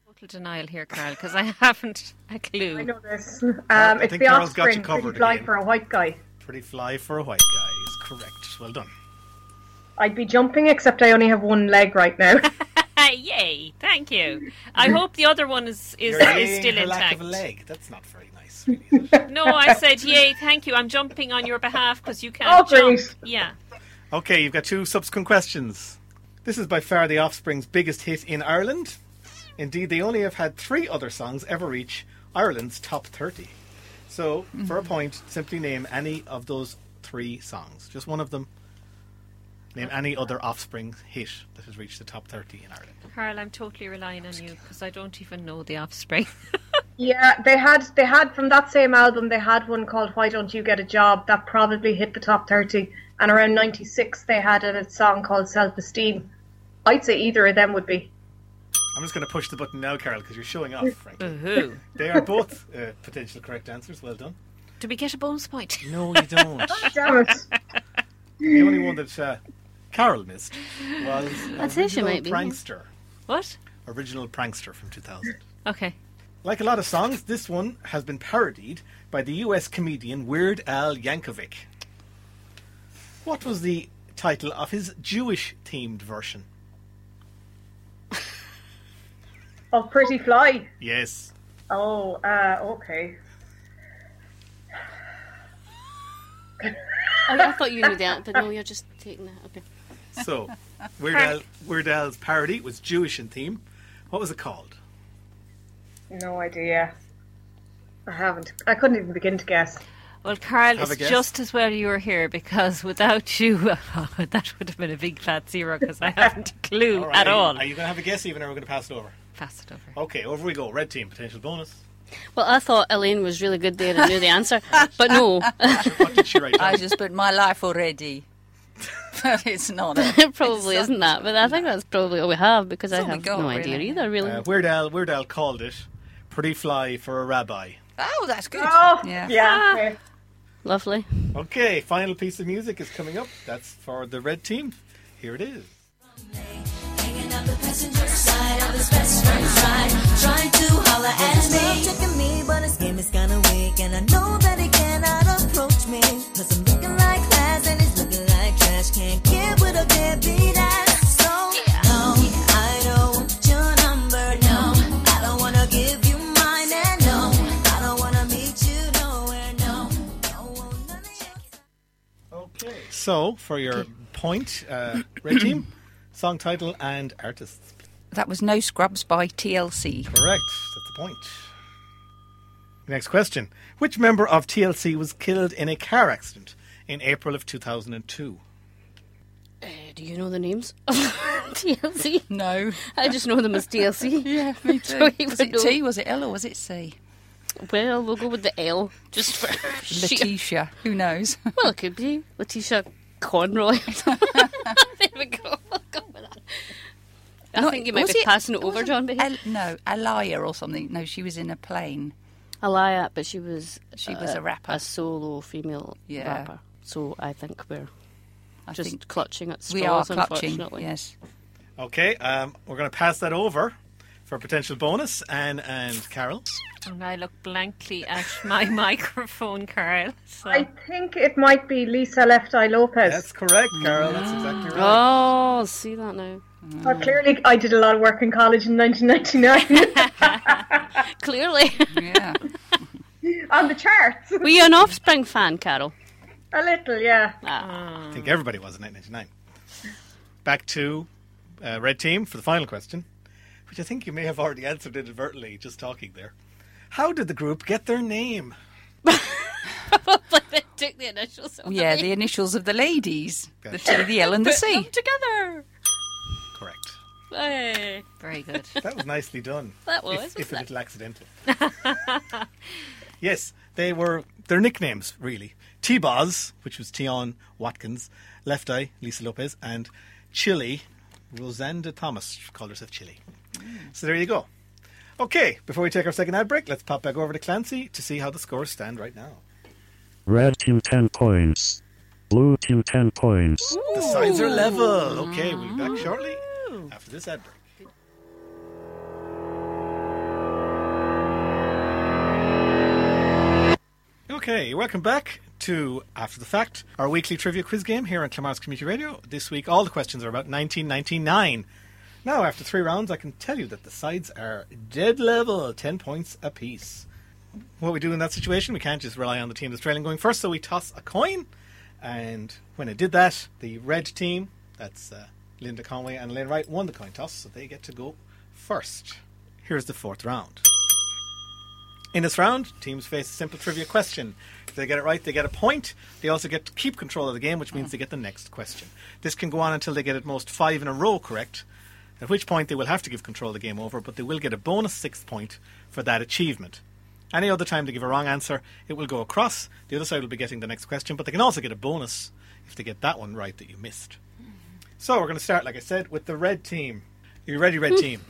S2: Total denial here, Carl, because I haven't a clue.
S3: I know this.
S1: I
S3: Um, it's
S1: think
S3: the
S1: Carol's got you
S3: Offspring.
S1: covered
S3: Pretty fly
S1: again.
S3: for a white guy.
S1: Pretty fly for a white guy is correct. Well done.
S3: I'd be jumping, except I only have one leg right now.
S2: Ah, yay! Thank you. I hope the other one is is,
S1: You're
S2: is
S1: yaying
S2: still
S1: her
S2: intact.
S1: lack of a leg. That's not very nice. Really, is it?
S2: No, I said yay. Thank you. I'm jumping on your behalf because you
S3: Oh,
S2: can't jump.
S3: great.
S2: Yeah.
S1: okay, you've got two subsequent questions. This is by far the Offspring's biggest hit in Ireland. Indeed, they only have had three other songs ever reach Ireland's top 30. So, for a
S5: Mm-hmm.
S1: point, simply name any of those three songs. Just one of them. Name any other Offspring hit that has reached the top 30 in Ireland.
S2: Carl, I'm totally relying on you because I don't even know the offspring.
S3: yeah, they had they had from that same album. They had one called "Why Don't You Get a Job" that probably hit the top thirty. And around '96, they had a song called "Self Esteem." I'd say either of them would be.
S1: I'm just going to push the button now, Carol, because you're showing off, frankly.
S2: Who?
S1: They are both uh, potential correct answers. Well done.
S2: Do we get a bonus point?
S1: No, you don't.
S3: Damn it.
S1: The only one that uh, Carol missed was
S5: I'd say she
S1: original
S5: might be, yeah.
S1: prankster,
S2: What?
S1: original prankster from 2000.
S2: Okay.
S1: Like a lot of songs, this one has been parodied by the U.S. comedian Weird Al Yankovic. What was the title of his Jewish-themed version?
S3: Oh, Pretty Fly.
S1: Yes,
S3: Oh, uh, okay.
S5: I thought you knew that, but no, you're just taking that. Okay.
S1: so Weird Al, Weird Al's parody was Jewish in theme. What was it called?
S3: No idea. I haven't. I couldn't even begin to guess.
S2: Well, Carl,
S1: Have a
S2: it's
S1: guess.
S2: just as well you were here because without you, that would have been a big flat zero because I haven't a clue
S1: All right,
S2: at
S1: are you-
S2: all.
S1: Are you going to have a guess even, or are we going to pass it over?
S2: Pass it over.
S1: Okay, over we go. Red team potential bonus.
S5: Well, I thought Elaine was really good there and knew the answer, but no,
S1: What did she write? down?
S4: I just put my life already. but it's not. it.
S5: it probably isn't that. But I think that's probably all we have because I
S4: all we
S5: have
S4: got,
S5: no idea
S4: really.
S5: either. Really,
S1: Uh, Weird Al, Weird Al called it "Pretty Fly for a Rabbi."
S4: Oh, that's good.
S3: Oh,
S4: Yeah.
S3: yeah.
S1: Ah.
S3: okay.
S5: lovely.
S1: Okay, final piece of music is coming up. That's for the red team. Here it is.
S7: Hanging out the passenger side of his best friend's ride, trying to holler at me. checking me, but his game is kinda weak, and I know that he cannot approach me. Cause I'm looking like class and he's looking like trash. Can't get with a baby that. So, no, I don't want your number, Oh, no. I don't wanna give you mine, and no, I don't wanna meet you nowhere, no. Don't want none of your-
S1: Okay. So for your point, uh, red team, song title and artists.
S4: That was No Scrubs by TLC.
S1: Correct. That's the point. Next question: Which member of TLC was killed in a car accident in April of 2002?
S5: Uh, do you know the names? TLC.
S4: No.
S5: I just know them as TLC.
S4: Yeah, me too.
S5: So he
S4: was
S5: would
S4: it
S5: know.
S4: T? Was it L or was it C?
S5: Well, we'll go with the L just for sheer-
S4: Letitia. Who knows?
S5: Well, it could be Letitia Conroy. there we go. I'll go with that. I
S4: Not-
S5: think you might
S4: was
S5: be passing it over,
S4: wasn't
S5: John. But
S4: Al- no, Alaya or something. No, she was in a plane.
S5: Alaya, but she was uh,
S4: She was a rapper.
S5: a solo female
S4: Yeah.
S5: rapper. So I think we're
S4: I
S5: just
S4: think
S5: clutching at straws.
S4: we are clutching.
S5: Unfortunately,
S4: Yes.
S1: Okay, um, we're going to pass that over for potential bonus. Anne and Carol.
S2: And I look blankly at my microphone, Carl. So
S3: I think it might be Lisa Left Eye Lopez.
S1: That's correct, Carol. That's exactly right.
S5: Oh, see that now.
S2: Mm.
S3: Well, clearly, I did a lot of work in college in 1999
S5: Clearly,
S4: Yeah.
S3: on the charts.
S5: were you an Offspring fan, Carol? Ah.
S3: A little, yeah.
S1: I think everybody was in 1999. Back to uh, Red Team for the final question, which I think you may have already answered inadvertently just talking there. How did the group get their name?
S5: but they took the initials. of
S4: Ah. Yeah,
S5: the-
S4: the initials of the ladies. The
S1: Gotcha.
S4: T, the L and the
S5: Put them
S4: C.
S5: together.
S1: Correct.
S5: Hey,
S2: very good.
S1: That was nicely done.
S5: that was.
S1: if, if a
S5: wasn't it?
S1: little accidental. yes, they were their nicknames really. T Boz, which was Tion Watkins, Left Eye, Lisa Lopez, and Chili, Rosanda Thomas called herself Chili. So there you go. Okay, before we take our second ad break, let's pop back over to Clancy to see how the scores stand right now.
S6: Red team 10 points. Blue team 10 points.
S1: The sides are level. Okay, we'll be back shortly after this ad break. Okay, welcome back to After the Fact, our weekly trivia quiz game here on Clamars Community Radio. This week, all the questions are about 1999. Now, after three rounds, I can tell you that the sides are dead level, 10 points apiece. What we do in that situation, we can't just rely on the team that's trailing going first, so we toss a coin. And when I did that, the red team, that's uh, Linda Conway and Elaine Wright, won the coin toss, so they get to go first. Here's the fourth round. In this round, teams face a simple trivia question. If they get it right, they get a point. They also get to keep control of the game, which means they get the next question. This can go on until they get at most five in a row correct, at which point they will have to give control of the game over, but they will get a bonus sixth point for that achievement. Any other time they give a wrong answer, it will go across. The other side will be getting the next question, but they can also get a bonus if they get that one right that you missed. So we're going to start, like I said, with the red team. Are you ready, red team?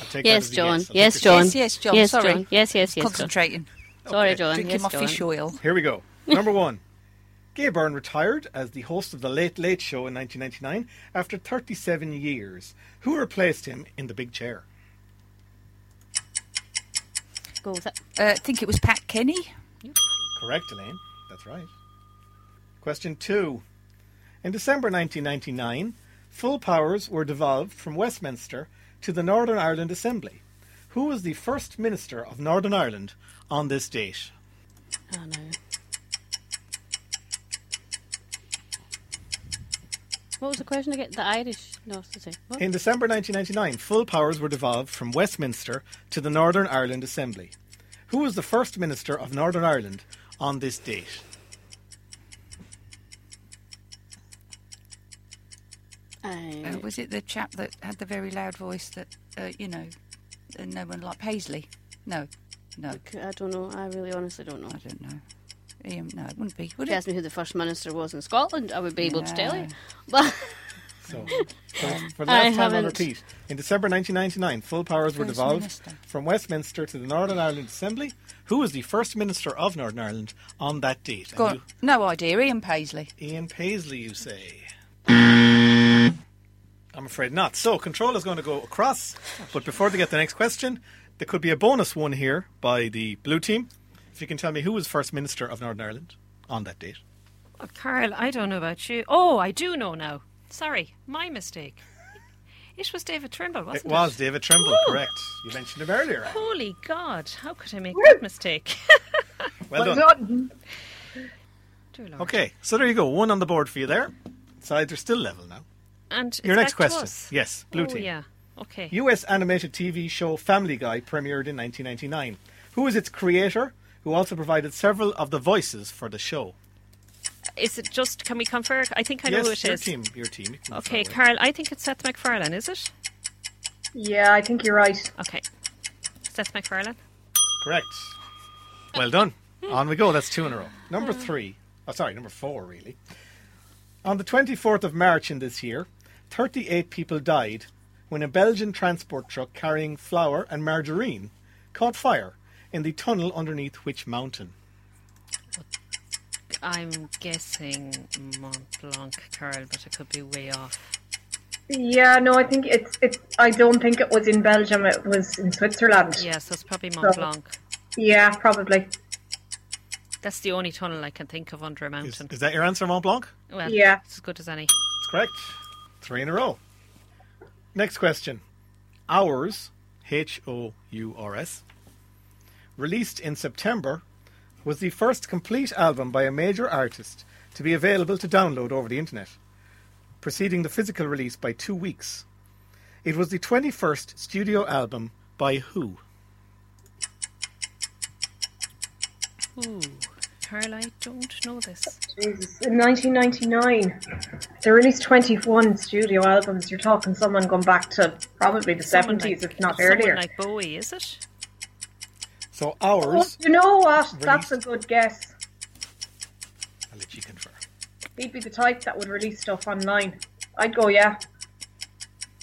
S1: I'll take that
S5: Yes,
S1: as a
S5: John.
S1: I'll take
S5: Yes,
S1: your-
S5: John.
S4: Yes, yes, John,
S5: Yes,
S4: sorry.
S5: John. Yes, yes, yes. John.
S4: Concentrating.
S5: Sorry, John.
S4: Drinking
S5: yes,
S4: my
S5: John.
S4: fish oil.
S1: Here we go. Number one. Gay Byrne retired as the host of The Late Late Show in 1999 after 37 years. Who replaced him in the big chair?
S5: Go with it.
S4: Uh, I think it was Pat Kenny.
S1: Correct, Elaine. That's right. Question two. In December 1999, full powers were devolved from Westminster to the Northern Ireland Assembly. Who was the first minister of Northern Ireland on this date?
S5: Oh no. What was the question again? The Irish North Sea. What?
S1: In December 1999, full powers were devolved from Westminster to the Northern Ireland Assembly. Who was the first minister of Northern Ireland on this date?
S4: Uh,
S5: Um,
S4: was it the chap that had the very loud voice that, uh, you know, uh, no one liked? Paisley? No. No.
S5: I don't know. I really honestly don't know.
S4: I don't know. Ian, no, it wouldn't be. Would
S5: If you
S4: it?
S5: asked me who the first minister was in Scotland, I would be able to tell you.
S4: Yeah.
S5: But
S1: So, for, for the
S5: I
S1: last time, I'll
S5: haven't-
S1: repeat. In December 1999, full powers were
S4: First
S1: devolved
S4: minister.
S1: from Westminster to the Northern Ireland Assembly. Who was the first minister of Northern Ireland on that date? And
S4: Go on. No idea. Ian Paisley.
S1: you- Ian Paisley, you say? I'm afraid not. So, control is going to go across, but before they get the next question, there could be a bonus one here by the blue team. If you can tell me who was first minister of Northern Ireland on that date.
S2: Oh, Carl, I don't know about you. Oh, I do know now. Sorry, my mistake. It was David Trimble, wasn't
S1: It
S2: it?
S1: was David Trimble,
S2: Woo!
S1: correct. You mentioned him earlier. Anne.
S2: Holy God, how could I make that mistake?
S1: Well done.
S2: Dear Lord.
S1: Okay, so there you go. One on the board for you there. Sides are still level now.
S2: And it's
S1: Your next
S2: back to
S1: question.
S2: us.
S1: Yes, blue
S2: oh,
S1: team.
S2: Yeah. Okay.
S1: US animated TV show Family Guy premiered in 1999. Who is its creator, who also provided several of the voices for the show?
S2: Is it just? Can we confer? I think I know
S1: yes,
S2: who it
S1: your
S2: is.
S1: team. Your team. You can go
S2: Okay,
S1: forward.
S2: Carl. I think it's Seth MacFarlane. Is it?
S3: Yeah, I think you're right.
S2: Okay. Seth MacFarlane.
S1: Correct. Well done. On we go. That's two in a row. Number
S2: Uh.
S1: three. Oh, sorry, number four, really. On the 24th of March in this year, 38 people died when a Belgian transport truck carrying flour and margarine caught fire in the tunnel underneath which mountain?
S2: I'm guessing Mont Blanc, Carl, but I could be way off.
S3: Yeah, no, I think it's it's. I don't think it was in Belgium. It was in Switzerland.
S2: Yeah, so it's probably Mont
S3: So-
S2: Blanc.
S3: Yeah, probably.
S2: That's the only tunnel I can think of under a
S1: Is,
S2: mountain.
S1: is that your answer, Mont Blanc?
S2: Well,
S3: Yeah.
S2: it's as good as any.
S1: That's correct. Three in a row. Next question. Hours, H O U R S, released in September, was the first complete album by a major artist to be available to download over the internet, preceding the physical release by two weeks. It was the 21st studio album by who?
S2: Ooh, Carl, I don't know this.
S3: Jesus. In 1999, they released 21 studio albums. You're talking someone going back to probably the
S2: Someone
S3: 70s,
S2: like-
S3: if not
S2: someone
S3: earlier.
S2: like Bowie, is it?
S1: So,
S3: Oh,
S1: Hours.
S3: you know what? That's
S1: Released.
S3: a good guess.
S1: I'll let you confer.
S3: He'd be the type that would release stuff online. I'd go, yeah.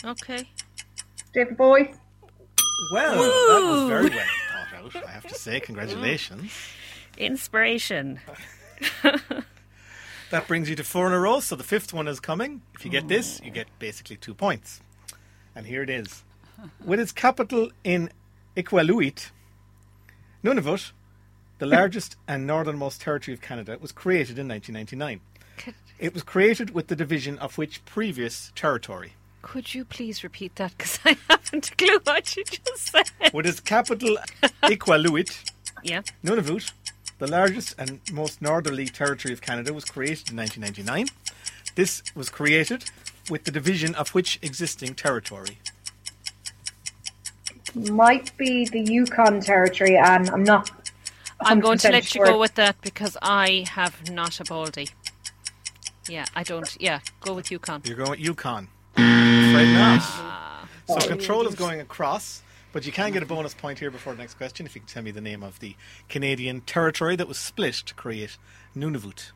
S2: Okay.
S3: David Bowie.
S1: Well, that was very well thought out, I have to say. Congratulations.
S2: Inspiration.
S1: That brings you to four in a row, so the fifth one is coming. If you get this, you get basically two points. And here it is. With its capital in Iqaluit, Nunavut, the largest and northernmost territory of Canada, was created in 1999.
S2: Could,
S1: It was created with the division of which previous territory?
S2: could you please repeat that? Because I haven't a clue what you just said.
S1: With its capital Iqaluit,
S2: Yeah.
S1: Nunavut, the largest and most northerly territory of Canada, was created in 1999. This was created with the division of which existing territory?
S3: Might be the Yukon territory, Anne. I'm not.
S2: I'm going to
S3: 100%
S2: let you
S3: sure.
S2: go with that because I have not a baldy. Yeah, I don't. Yeah, go with Yukon.
S1: You're going with Yukon. Afraid not. So control is going across, but you can get a bonus point here before the next question if you can tell me the name of the Canadian territory that was split to create Nunavut.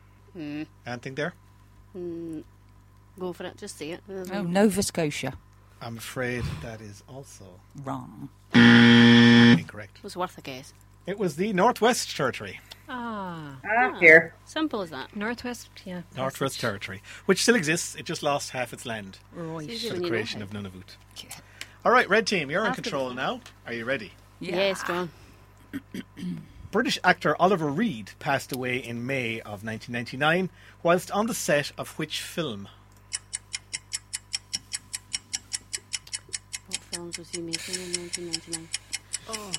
S1: Anything there?
S5: Go for it. Just say it.
S4: Oh, Nova Scotia.
S1: I'm afraid that is also
S4: Wrong.
S1: incorrect.
S5: It was worth a guess.
S1: It was the Northwest Territory.
S2: Ah,
S3: Ah, here.
S5: Simple as that.
S2: Northwest. Yeah.
S1: Northwest Territory, which still exists. It just lost half its land
S2: Right.
S5: Usually
S1: for
S5: when
S1: the
S5: you know
S1: creation
S5: it.
S1: of Nunavut.
S4: Yeah.
S1: All right, Red Team, you're in
S5: After the
S1: control now. Are you ready?
S5: Yes, go on.
S1: British actor Oliver Reed passed away in May of 1999 whilst on the set of which film?
S5: What films was he making in 1999? Oh,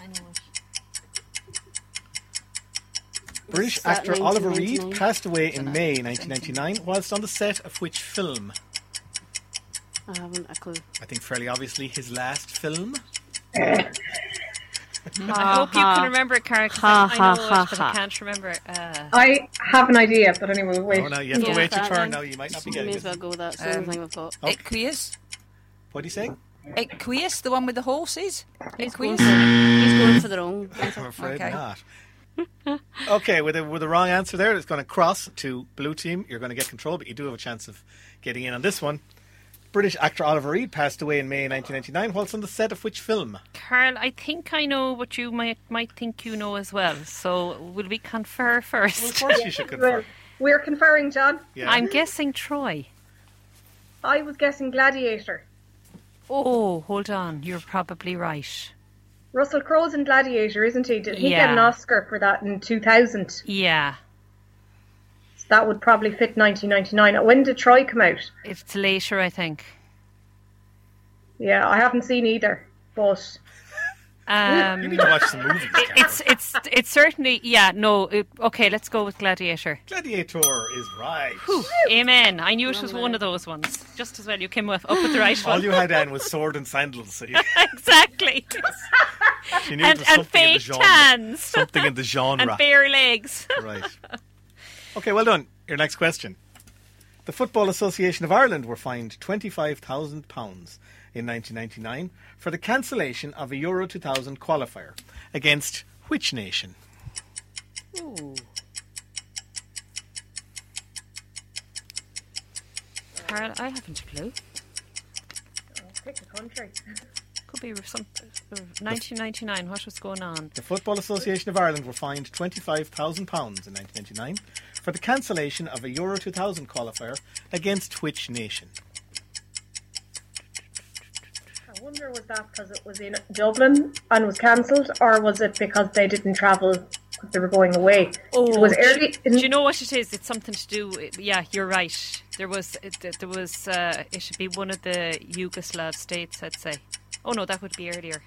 S5: I know it.
S1: British
S5: that
S1: actor Oliver Reed
S5: 1999?
S1: passed away in May 1999 whilst on the set of which film?
S5: I haven't a clue.
S1: I think fairly obviously his last film.
S2: I hope
S5: Ah,
S2: you can remember it, Carl. 'cause
S5: Ha,
S2: I,
S5: ha,
S2: I know
S5: ha,
S2: it, but
S5: ha.
S2: I can't remember. it. Uh,
S3: I have an idea, but anyway, we'll wait.
S1: Oh, now you have to
S5: Yeah.
S1: wait your
S5: That
S1: turn.
S5: one.
S1: Now you might not be
S5: May
S1: getting
S5: as well
S1: it.
S5: go with that. It's the
S4: Um,
S5: only thing I've got.
S1: Oh.
S4: Equius.
S1: What are you saying?
S4: Equius, the one with the horses.
S5: He's going, for, he's going for the wrong.
S1: I'm afraid
S4: Okay.
S1: not. okay, with the, with the wrong answer there, it's going to cross to blue team. You're going to get control, but you do have a chance of getting in on this one. British actor Oliver Reed passed away in May 1999 whilst on the set of which film?
S2: Carl, I think I know what you might might think you know as well. So will we confer
S1: Well, of
S2: first?
S1: course you should confirm.
S3: We're conferring, John.
S1: Yeah.
S2: I'm guessing Troy.
S3: I was guessing Gladiator.
S2: Oh, hold on. You're probably right.
S3: Russell Crowe's in Gladiator, isn't he? Did he get an
S2: Yeah.
S3: Oscar for that in 2000?
S2: Yeah,
S3: That would probably fit 1999. When did Troy come out?
S2: it's later, I think.
S3: Yeah, I haven't seen either, but
S1: You
S2: Um,
S1: need to watch some movies. Karen.
S2: it's it's it's certainly yeah. No, it, okay. Let's go with Gladiator.
S1: Gladiator is right.
S2: Amen. I knew it was one of those ones. Just as well you came with, up with the right
S1: All
S2: one.
S1: you had on was sword and sandals. So you,
S2: exactly.
S1: you knew it
S2: and
S1: was
S2: and
S1: something in the
S2: fake
S1: genre.
S2: tans.
S1: Something in the genre.
S2: And bare legs.
S1: Right. Okay, well done. Your next question. The Football Association of Ireland were fined £25,000 in 1999 for the cancellation of a Euro 2000 qualifier against which nation?
S5: Ooh.
S2: Carl, I haven't a clue.
S3: Pick a country.
S2: Could be some. 1999. What was going on?
S1: The Football Association of Ireland were fined £25,000 in 1999 for the cancellation of a Euro 2000 qualifier against which nation?
S3: I wonder was that because it was in Dublin and was cancelled, or was it because they didn't travel because they were going away? it was
S2: Oh, do-
S3: early.
S2: Do you know what it is? It's something to do. Yeah, you're right. There was. it- There was. Uh, it should be one of the Yugoslav states. I'd say. Oh no, that would be earlier.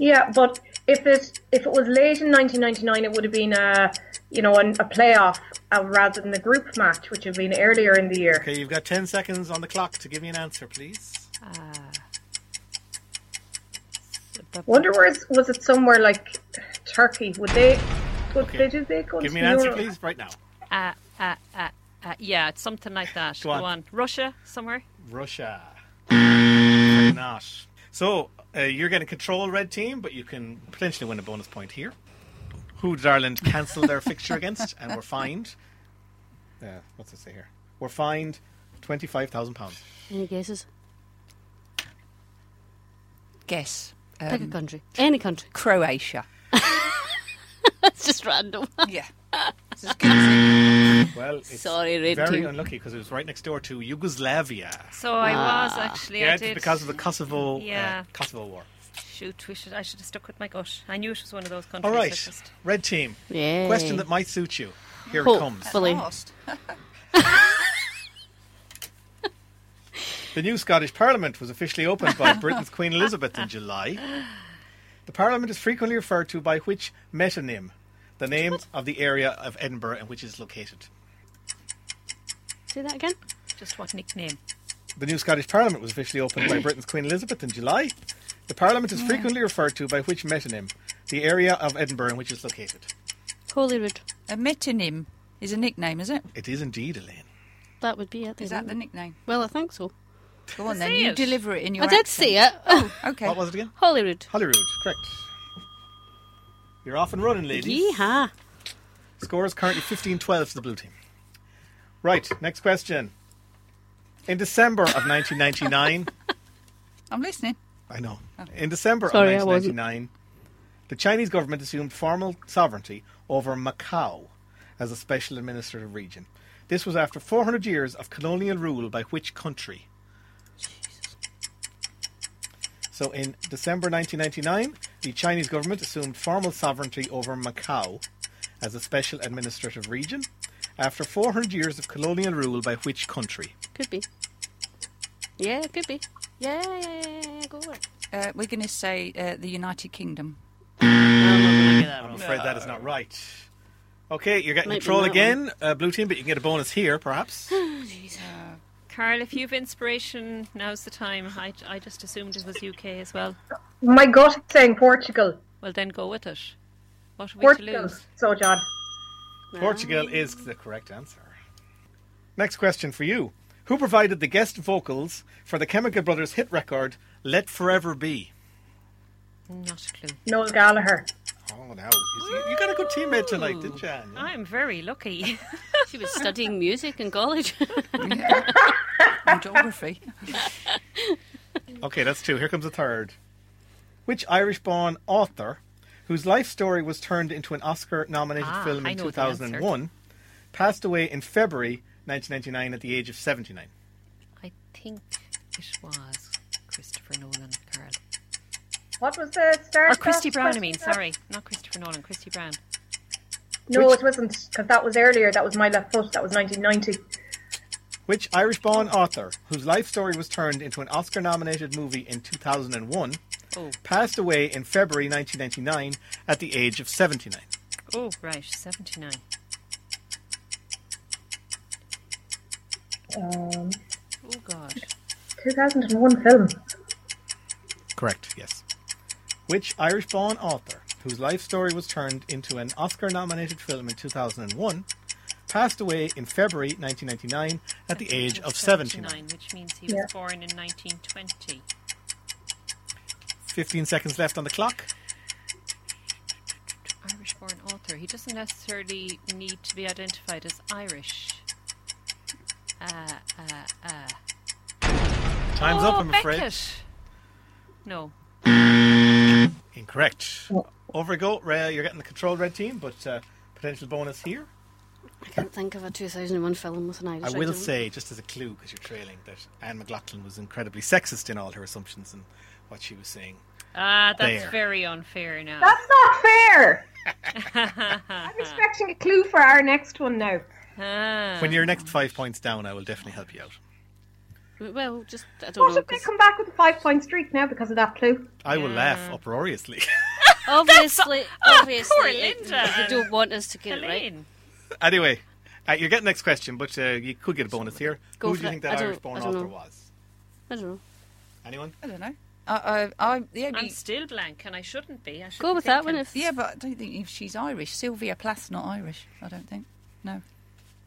S3: Yeah, but if it if it was late in 1999, it would have been a you know an, a playoff uh, rather than a group match, which would have been earlier in the year.
S1: Okay, you've got 10 seconds on the clock to give me an answer, please.
S2: But-
S3: Wonder where is, was it somewhere like Turkey? Would they? Would
S1: Okay.
S3: they do they go
S1: Give
S3: to
S1: me an answer,
S3: Euro?
S1: please, right now.
S2: Uh, uh, uh, uh, yeah, it's something like that.
S1: Go on.
S2: Russia somewhere.
S1: Russia. Not. So, uh, you're going to control red team, but you can potentially win a bonus point here. Who did Ireland cancel their fixture against and were fined? Uh, what's it say here? Were fined £25,000.
S5: Any guesses?
S4: Guess.
S5: Pick a
S4: Um,
S5: country. Any country.
S4: Croatia.
S5: That's just random.
S4: Yeah. This is good.
S1: Well, it's
S5: Sorry, red
S1: very
S5: team.
S1: unlucky because it was right next door to Yugoslavia.
S2: So I
S3: Ah.
S2: was actually.
S1: Yeah,
S2: I
S1: it's
S2: did.
S1: because of the Kosovo uh,
S2: Yeah.
S1: Kosovo War.
S2: Shoot, we should, I should have stuck with my gut. I knew it was one of those countries.
S1: All
S2: I
S1: right,
S2: just-
S1: red team.
S5: Yay.
S1: Question that might suit you. Here it comes.
S5: Hopefully.
S4: Last.
S1: The new Scottish Parliament was officially opened by Britain's Queen Elizabeth in July. The Parliament is frequently referred to by which metonym, the name of the area of Edinburgh in which it is located.
S5: Say that again.
S2: Just what nickname?
S1: The new Scottish Parliament was officially opened by Britain's Queen Elizabeth in July. The Parliament is frequently referred to by which metonym, the area of Edinburgh in which it is located.
S5: Holyrood.
S4: A Uh, metonym is a nickname, is it?
S1: It is indeed, Elaine.
S5: That would be it.
S4: Is that
S5: then,
S4: the
S5: wouldn't it?
S4: nickname?
S5: Well, I think so.
S4: Go on then.
S2: say
S4: You
S2: it.
S4: deliver it in your
S5: I did
S4: accent.
S5: see it. Oh,
S4: Okay.
S1: What was it again?
S5: Holyrood.
S1: Holyrood, correct. You're off and running, ladies.
S5: Yeehaw.
S1: Score is currently 15 12 to the blue team. Right, next question. In December of 1999,
S4: I'm listening.
S1: I know. In December
S5: Oh. Sorry, I
S1: of
S5: wasn't.
S1: 1999, the Chinese government assumed formal sovereignty over Macau as a special administrative region. This was after 400 years of colonial rule by which country? So in December 1999, the Chinese government assumed formal sovereignty over Macau as a special administrative region after 400 years of colonial rule by which country?
S5: Could be. Yeah, it could be. Yeah, yeah, yeah, yeah, yeah, go for it.
S4: Uh, we're going to say uh, the United Kingdom.
S1: I'm afraid that is not right. Okay, you're getting
S5: Might be
S1: control
S5: that
S1: again, uh, blue team, but you can get a bonus here, perhaps.
S2: Carl, if you've inspiration, now's the time. I, I just assumed it was UK as well.
S3: My gut is saying Portugal.
S2: Well, then go with it. What are we to
S3: Portugal.
S2: lose?
S3: So John,
S1: Portugal is the correct answer. Next question for you: Who provided the guest vocals for the Chemical Brothers hit record "Let Forever Be"?
S2: Not a clue.
S3: Noel Gallagher.
S1: Oh no, you, you got a good teammate tonight, didn't you? Anne?
S2: I'm very lucky.
S5: She was studying music in college.
S4: And geography.
S1: Okay, that's two. Here comes a third. Which Irish-born author, whose life story was turned into an Oscar-nominated
S2: Ah,
S1: film
S2: I
S1: in
S2: know the
S1: 2001, passed away in February 1999 at the age of 79?
S2: I think it was Christopher Nolan, Carl.
S3: What was the star?
S2: Or Oh, Christy
S3: cast
S2: Brown, I
S3: question?
S2: mean, sorry. Not Christopher Nolan, Christy Brown.
S3: No, it wasn't because that was earlier. That was my left foot. That was 1990.
S1: Which Irish born author, whose life story was turned into an Oscar nominated movie in 2001,
S2: Oh.
S1: passed away in February 1999 at the age of 79?
S2: Oh, right, 79.
S3: Um,
S2: Oh, God.
S3: 2001 film.
S1: Correct, yes. Which Irish born author, whose life story was turned into an Oscar nominated film in 2001, passed away in February 1999 at the age of 79?
S2: Which means he was
S3: Yeah.
S2: born in 1920.
S1: 15 seconds left on the clock.
S2: Irish born author. He doesn't necessarily need to be identified as Irish. Uh, uh, uh.
S1: Time's
S2: oh,
S1: up, I'm afraid.
S2: Beckett. No.
S1: Incorrect. Over we go. Rhea, you're getting the control red team, but uh, potential bonus here.
S5: I can't think of a 2001 film with an
S1: I
S5: Irish.
S1: will
S5: actor.
S1: say, just as a clue, because you're trailing, that Anne McLaughlin was incredibly sexist in all her assumptions and what she was saying.
S2: Ah, that's
S1: There.
S2: very unfair now.
S3: That's not fair. I'm expecting a clue for our next one now.
S2: Ah.
S1: When you're next five points down, I will definitely help you out.
S5: Well, just I don't
S3: What
S5: know.
S3: if they come back with a five point streak now because of that clue?
S1: I will laugh uproariously.
S5: 'cause Obviously, obviously,
S2: poor
S5: it-
S2: Linda.
S5: they don't want us to get it right.
S2: Elaine.
S1: anyway, uh, you're getting next question, but uh, you could get a bonus here.
S5: Go
S1: Who
S5: for
S1: do you
S5: it.
S1: think
S5: I
S1: that
S5: don't-
S1: Irish born
S5: I don't
S1: author
S5: know.
S1: was?
S5: I don't know.
S1: Anyone?
S4: I don't know. I, I, I, the
S2: I'm
S4: only,
S2: still blank, and I shouldn't be. I should
S5: Go
S2: be
S5: with that one
S2: thinking.
S5: if
S4: yeah, but I don't think if she's Irish. Sylvia Plath's not Irish, I don't think. No.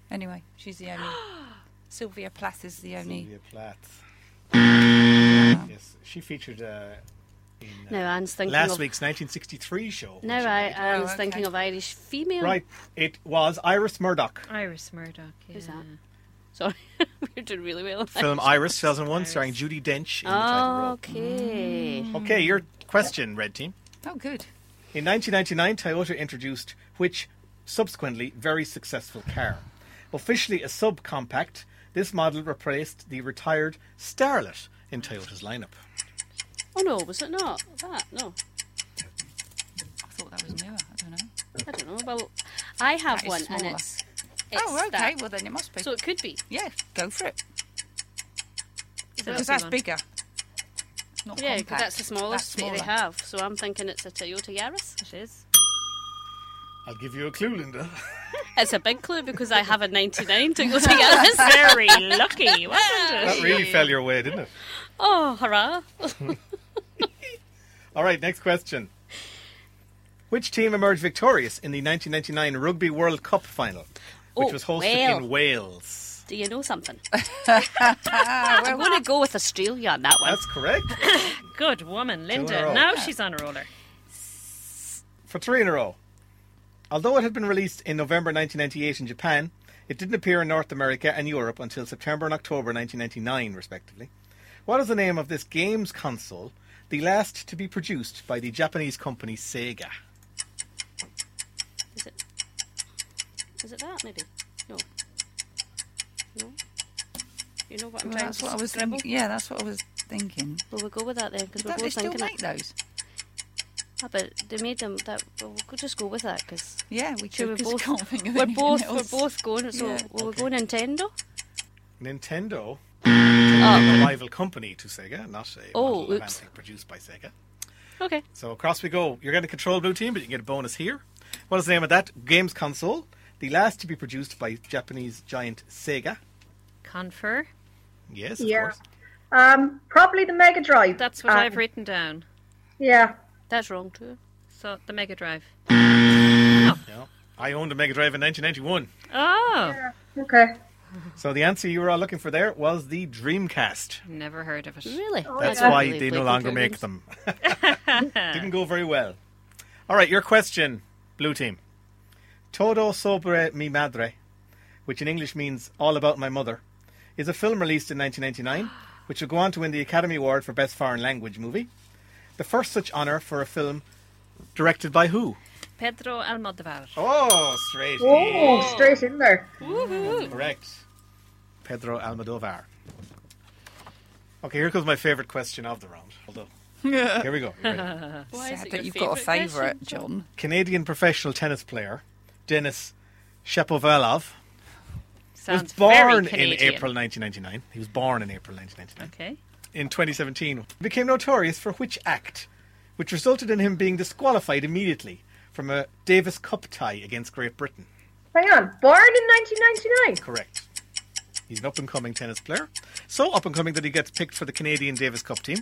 S4: Anyway, she's the only. Sylvia Plath is the only.
S1: Sylvia Plath. yes, she featured uh, in uh,
S5: No, Anne's thinking
S1: last
S5: of.
S1: week's 1963 show.
S5: No,
S1: which-
S5: I, Anne's
S4: Oh, okay.
S5: thinking of Irish female.
S1: Right, it was Iris Murdoch.
S2: Iris Murdoch. Yeah.
S5: Who's that? Sorry, we're doing really well. on that.
S1: Film Iris 2001, starring Judy Dench in the title role.
S5: okay.
S1: Okay, your question, Red Team.
S4: Oh, good.
S1: In 1999, Toyota introduced which subsequently very successful car? Officially a subcompact, this model replaced the retired Starlet in Toyota's lineup.
S5: Oh no, was it not that? No,
S4: I thought that was newer. I don't know.
S5: I don't know. Well, I have
S4: That is
S5: one, and
S4: smaller.
S5: it's, it's
S4: oh, okay.
S5: that.
S4: Well, then it must be.
S5: So it could be.
S4: yeah, go for it.
S2: It's a
S4: Because
S2: lovely
S4: that's
S2: one.
S4: bigger. It's not
S5: Yeah, 'cause
S4: compact.
S5: that's the smallest
S4: That's
S5: that they
S4: smaller.
S5: have. So I'm thinking it's a Toyota Yaris.
S2: It is.
S1: I'll give you a clue, Linda.
S5: It's a big clue because I have a 99 Toyota Yaris.
S2: Very lucky, wasn't
S1: That
S2: it?
S1: really fell your way, didn't it?
S5: oh, hurrah!
S1: All right, next question. Which team emerged victorious in the 1999 Rugby World Cup final, which
S5: Oh,
S1: was hosted in Wales?
S5: Do you know something? I'm going to go with Australia on that one.
S1: That's correct.
S2: Good woman,
S1: in a
S2: Linda.
S1: row.
S2: Now she's on a roller.
S1: for three in a row. Although it had been released in November 1998 in Japan, it didn't appear in North America and Europe until September and October 1999, respectively. What is the name of this games console, the last to be produced by the Japanese company Sega?
S5: Is it? Is it that maybe? No. No. You know what I'm
S4: Well,
S5: trying
S4: that's
S5: to
S4: what I was
S5: scribble?
S4: thinking. Yeah, that's what I was thinking.
S5: Well, we'll go with that then because we're
S4: Don't they
S5: both
S4: still
S5: thinking
S4: make
S5: it.
S4: those?
S5: Ah, but they made them that. Well, we'll go- just go with that because
S4: Yeah, we
S5: sure
S4: could.
S5: we're
S4: 'cause I
S5: both
S4: can't think of
S5: we're
S4: anything
S5: both we're
S4: else.
S5: both going. So
S4: Yeah.
S5: we'll go Nintendo.
S1: Nintendo,
S5: Oh,
S1: a rival company to Sega, not a
S5: Oh,
S1: model of
S5: oops.
S1: anything produced by Sega.
S5: Oh, okay.
S1: So across we go. You're getting a control blue team, but you can get a bonus here. What is the name of that games console, the last to be produced by Japanese giant Sega?
S2: Confer.
S1: Yes, of
S3: Yeah.
S1: course.
S3: Um, probably the Mega Drive.
S2: That's what
S3: Um,
S5: Uh,
S2: I've written down.
S3: Yeah.
S5: That's wrong too.
S2: So the Mega Drive.
S1: No. I owned a Mega Drive in 1991.
S2: Oh,
S3: Okay.
S1: So the answer you were all looking for there was the Dreamcast.
S2: never heard of it.
S5: Really?
S1: That's
S5: I don't
S1: why
S5: really
S1: they
S5: play
S1: no longer
S5: computer
S1: make
S5: games.
S1: them. Didn't go very well. All right, your question, Blue Team. Todo sobre mi madre, which in English means All About My Mother, is a film released in 1999 which will go on to win the Academy Award for Best Foreign Language Movie. The first such honour for a film directed by who?
S2: Pedro Almodovar.
S1: Oh, straight.
S3: Oh, straight in there.
S1: Correct. Pedro Almodovar. Okay, here comes my favourite question of the round. Although, here we go. You ready?
S5: Why is
S4: Sad
S5: it
S4: that
S5: your
S4: you've got a
S5: favourite
S4: favourite,
S5: question?
S4: John.
S1: Canadian professional tennis player Denis Shapovalov was
S2: Sounds very
S1: born in
S2: Canadian.
S1: April 1999. He was born in April 1999.
S2: Okay.
S1: In 2017, he became notorious for which act, which resulted in him being disqualified immediately from a Davis Cup tie against Great Britain.
S3: Hang on. Born in 1999.
S1: Correct. He's an up and coming tennis player. So up and coming that he gets picked for the Canadian Davis Cup team.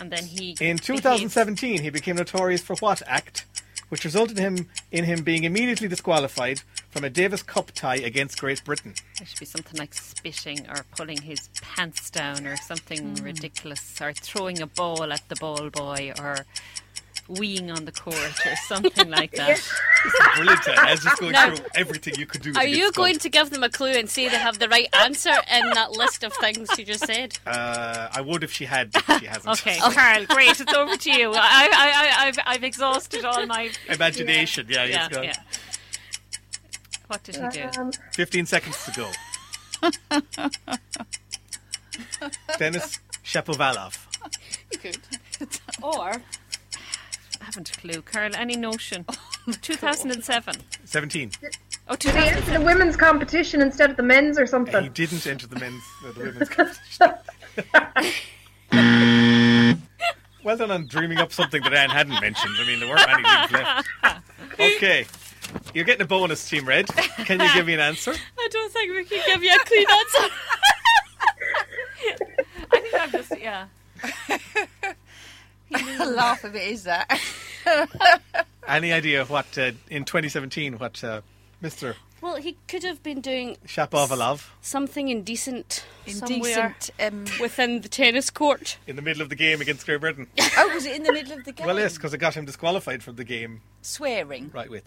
S2: And then he.
S1: In
S2: behaved.
S1: 2017, he became notorious for what act, which resulted him in him being immediately disqualified from a Davis Cup tie against Great Britain.
S2: It should be something like spitting or pulling his pants Hmm. down or something ridiculous or throwing a ball at the ball boy or weeing on the court or something like that.
S1: Brilliant. I was just going
S5: No.
S1: through everything you could do. to
S5: Are
S1: get
S5: you
S1: stumped.
S5: going to give them a clue and say they have the right answer in that list of things you just said?
S1: Uh, I would if she had, but she hasn't.
S2: Okay, Carl, great. It's over to you. I, I, I, I've, I've exhausted all my.
S1: Imagination. Yeah,
S2: Yeah,
S1: it's gone.
S2: yeah. What did he
S5: Uh,
S2: do?
S3: Um,
S1: 15 seconds to go. Dennis Shapovalov.
S5: Good. Or
S2: I haven't a clue. Carl, any notion? 2007.
S1: 17.
S2: Oh,
S3: they
S2: 2000.
S3: entered the women's competition instead of the men's or
S1: And he
S3: something.
S1: didn't enter the men's uh, the women's competition. well done on dreaming up something that Anne hadn't mentioned. I mean, there weren't many things left. Okay. You're getting a bonus, Team Red. Can you give me an answer?
S5: I don't think we can give you a clean answer.
S2: I think I'm just, yeah.
S4: The laugh of it is
S5: uh,
S4: that.
S1: Any idea what, uh, in 2017, what uh, Mr.
S5: well, he could have been doing
S1: Shapovalov,
S5: something indecent somewhere
S4: Indecent. Um,
S5: within the tennis court.
S1: in the middle of the game against Great Britain?
S4: oh, was it in the middle of the game?
S1: Well, yes, because I got him disqualified from the game
S4: Swearing.
S1: right with.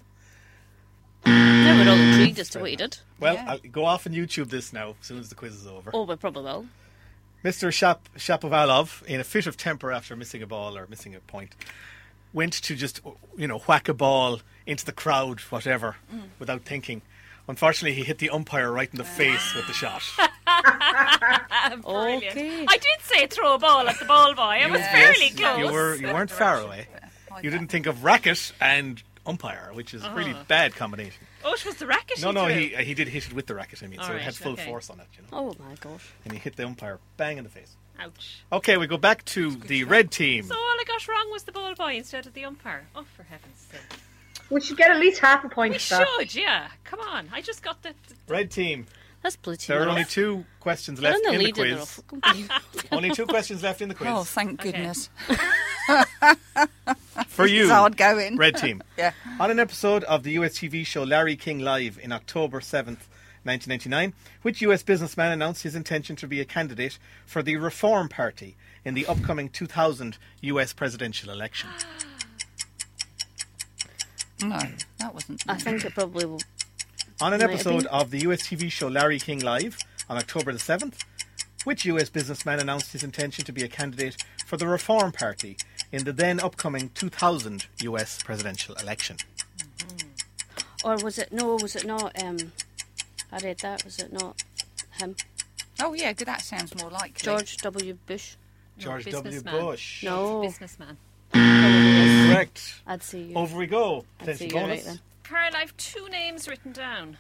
S5: They were all intrigued as to what he did.
S1: Well,
S4: Yeah.
S1: I'll go off and YouTube this now as soon as the quiz is over.
S5: Oh, we probably will.
S1: Mr. Shap- Shapovalov, in a fit of temper after missing a ball or missing a point, went to just, you know, whack a ball into the crowd, whatever,
S2: Mm.
S1: without thinking. Unfortunately, he hit the umpire right in
S2: Ah.
S1: the face with the shot.
S2: Brilliant.
S5: Okay.
S2: I did say throw a ball at the ball boy. I was fairly close.
S1: You, were, you weren't far away.
S4: Oh,
S1: You didn't think of racket and umpire, which is a really bad combination.
S2: Oh, it was the racket.
S1: No, no,
S2: Uh-huh. threw.
S1: he, he did hit it with the racket, I mean, so it
S2: Alright,
S1: had full
S2: okay.
S1: force on it, you know.
S5: Oh my gosh.
S1: And he hit the umpire bang in the face.
S2: Ouch.
S1: Okay, we go back to the red team.
S2: So all I got wrong was the ball boy instead of the umpire. Oh, for heaven's sake.
S3: We should get at least half a point
S2: We
S3: for that.
S2: should, yeah. Come on. I just got the.
S1: Red team.
S5: That's blue team.
S1: There are
S5: off.
S1: only two questions
S5: They're
S1: left
S5: in the
S1: in the
S5: lead in the
S1: quiz.
S5: rough. Come on.
S1: Only two questions left in the quiz
S4: Oh, thank
S2: Okay.
S4: goodness.
S1: for you.
S4: It's hard going.
S1: Red team.
S4: Yeah.
S1: On an episode of the US TV show Larry King Live in October 7th, 1999, which US businessman announced his intention to be a candidate for the Reform Party in the upcoming 2000 US presidential election?
S4: No, that wasn't.
S5: I think it probably will.
S1: On an
S5: Might have
S1: episode
S5: been.
S1: of the US TV show Larry King Live on October the 7th, which US businessman announced his intention to be a candidate for the Reform Party in the then upcoming 2000 US presidential election?
S5: Or was it? No, was it not? Um, I read that. Was it not him?
S4: Oh, yeah, good. That sounds more likely.
S5: George W. Bush.
S1: George W.
S2: businessman.
S1: Bush.
S5: No,
S2: Businessman.
S1: Correct.
S5: I'd say you.
S1: Over we go.
S5: I'd
S1: Potential
S5: say you're right
S1: bonus.
S5: then.
S2: Carl, I've two names written down.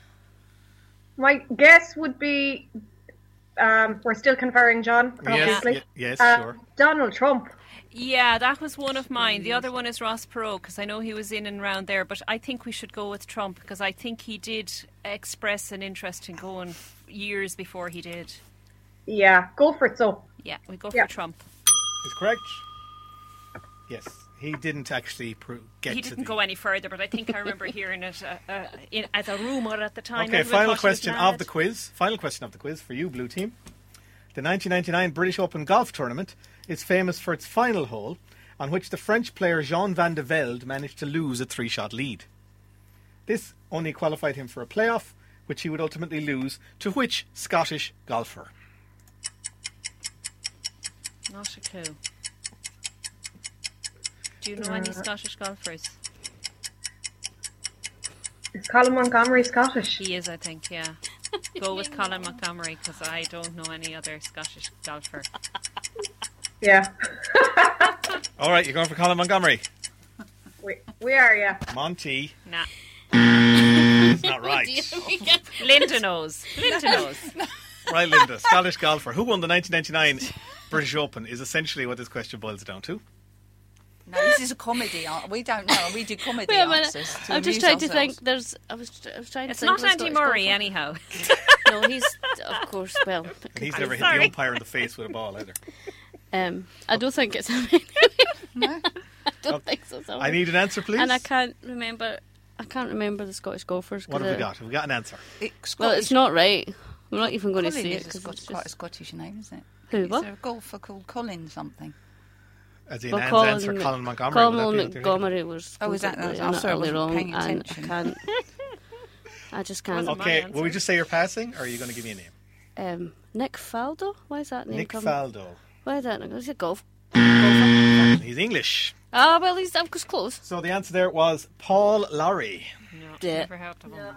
S3: My guess would be um, we're still conferring, John,
S1: Yes,
S3: obviously.
S1: ye- yes,
S3: Uh,
S1: sure.
S3: Donald Trump.
S2: Yeah, that was one of mine. The other one is Ross Perot because I know he was in and around there. But I think we should go with Trump because I think he did express an interest in going years before he did.
S3: Yeah, go for it. So
S2: Yeah, we go
S3: Yeah.
S2: for Trump.
S1: Is correct. Yes, he didn't actually pro- get.
S2: He
S1: to
S2: didn't
S1: the-
S2: go any further, but I think I remember hearing it uh, uh, in, as a rumor at the time.
S1: Okay,
S2: Everyone
S1: final
S2: thought he was
S1: question
S2: mad.
S1: of the quiz. Final question of the quiz for you, blue team. The 1999 British Open golf tournament is famous for its final hole, on which the French player Jean van de Velde managed to lose a three-shot lead. This only qualified him for a playoff, which he would ultimately lose to which Scottish golfer?
S2: Not a clue. Do you know any Scottish golfers?
S3: is Colin Montgomery Scottish?
S2: He is, I think, yeah. Go with Colin Montgomery because I don't know any other Scottish golfer.
S3: Yeah,
S1: All right, you're going for Colin Montgomery.
S3: we, we are. Yeah,
S1: Monty
S2: Nah.
S1: is not right.
S2: Linda knows. Linda knows.
S1: Right, Linda, Scottish golfer who won the 1999 British Open is essentially what this question boils down to.
S4: No, this is a comedy. Aren't we don't know. We do comedy
S5: Wait a minute.
S4: answers. to
S5: I'm just
S4: amuse
S5: trying to
S4: ourselves.
S5: think. There's. I was. I was trying
S2: It's
S5: to
S2: not
S5: think. of a
S2: Andy
S5: Scottish
S2: Murray,
S5: golfer.
S2: anyhow.
S5: No, he's of course. Well,
S1: And he's never hit the
S2: sorry.
S1: umpire in the face with a ball either.
S5: um, I don't think it's him. I don't think so. so.
S1: I need an answer, please.
S5: And I can't remember. I can't remember the Scottish golfers. 'cause
S1: what have we
S5: I-
S1: got? Have we got an answer?
S4: It's
S5: Well, it's
S4: Scottish-
S5: not right. I'm not even going to
S4: Colin
S5: say
S4: is
S5: it
S4: a
S5: 'cause
S4: Scot-
S5: it's
S4: quite a
S5: just
S4: Scottish name, isn't it?
S5: Who,
S4: Is
S5: what?
S4: there a golfer called Colin something?
S1: as in
S5: Well,
S1: Anne's
S5: Colin-
S1: answer, Colin Montgomery. would that
S5: Colin
S1: be what you're thinking?
S5: Montgomery was
S4: Oh, is that-
S5: completely
S4: I'm
S5: and
S4: sorry, I
S5: utterly
S4: wasn't
S5: wrong,
S4: paying
S5: and I
S4: attention.
S5: can't. I just can't.
S2: Wasn't
S1: Okay,
S2: My
S1: will we
S2: answer.
S1: just say you're passing, or are you going to give me a name?
S5: Um, Nick Faldo? Why is that name
S1: Nick
S5: coming?
S1: Faldo.
S5: Why is that? Is it golf?
S1: He's English.
S5: Ah, well, at least I was close.
S1: So the answer there was Paul Lowry.
S2: No,
S5: Yeah.
S2: never heard of him.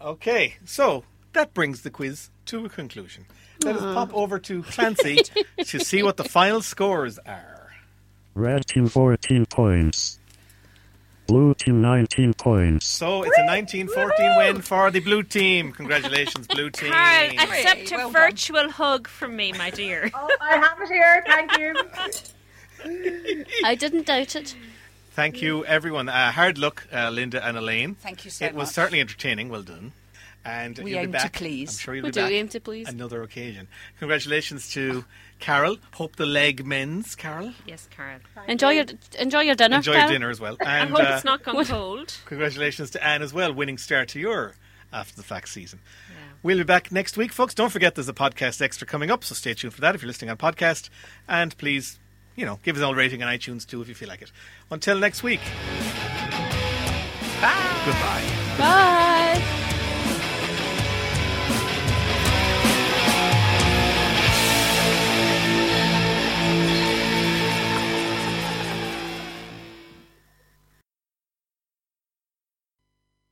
S1: Okay, so that brings the quiz to a conclusion. Let us pop over to Clancy to see what the final scores are.
S6: Red team 14 points. Blue team 19 points.
S1: So it's a 1914 win for the blue team. Congratulations, blue team.
S2: Carl, accept a
S4: well done.
S2: virtual hug from me, my dear.
S3: Oh, I have it here. Thank you.
S5: I didn't doubt it.
S1: Thank you, everyone. Uh, hard luck, uh, Linda and Elaine.
S4: Thank you so
S1: It was
S4: much.
S1: certainly entertaining. Well done. And
S4: We
S1: you'll
S4: aim
S1: be
S4: to
S1: back.
S4: please.
S1: I'm sure you'll
S5: We
S1: be
S5: do
S1: back
S5: aim to please.
S1: another occasion. Congratulations to Carol. Hope the leg mends, Carol.
S2: yes, Carl.
S5: Enjoy your enjoy your dinner.
S1: Enjoy your
S5: Karen.
S1: dinner as well. And
S2: I hope
S1: uh,
S2: it's not gone cold.
S1: Congratulations to Anne as well, winning star to your after the fact season. We'll be back next week, folks. Don't forget there's a podcast extra coming up, so stay tuned for that if you're listening on podcast. And please, you know, give us all rating on iTunes too if you feel like it. Until next week. Bye. Goodbye.
S5: Bye.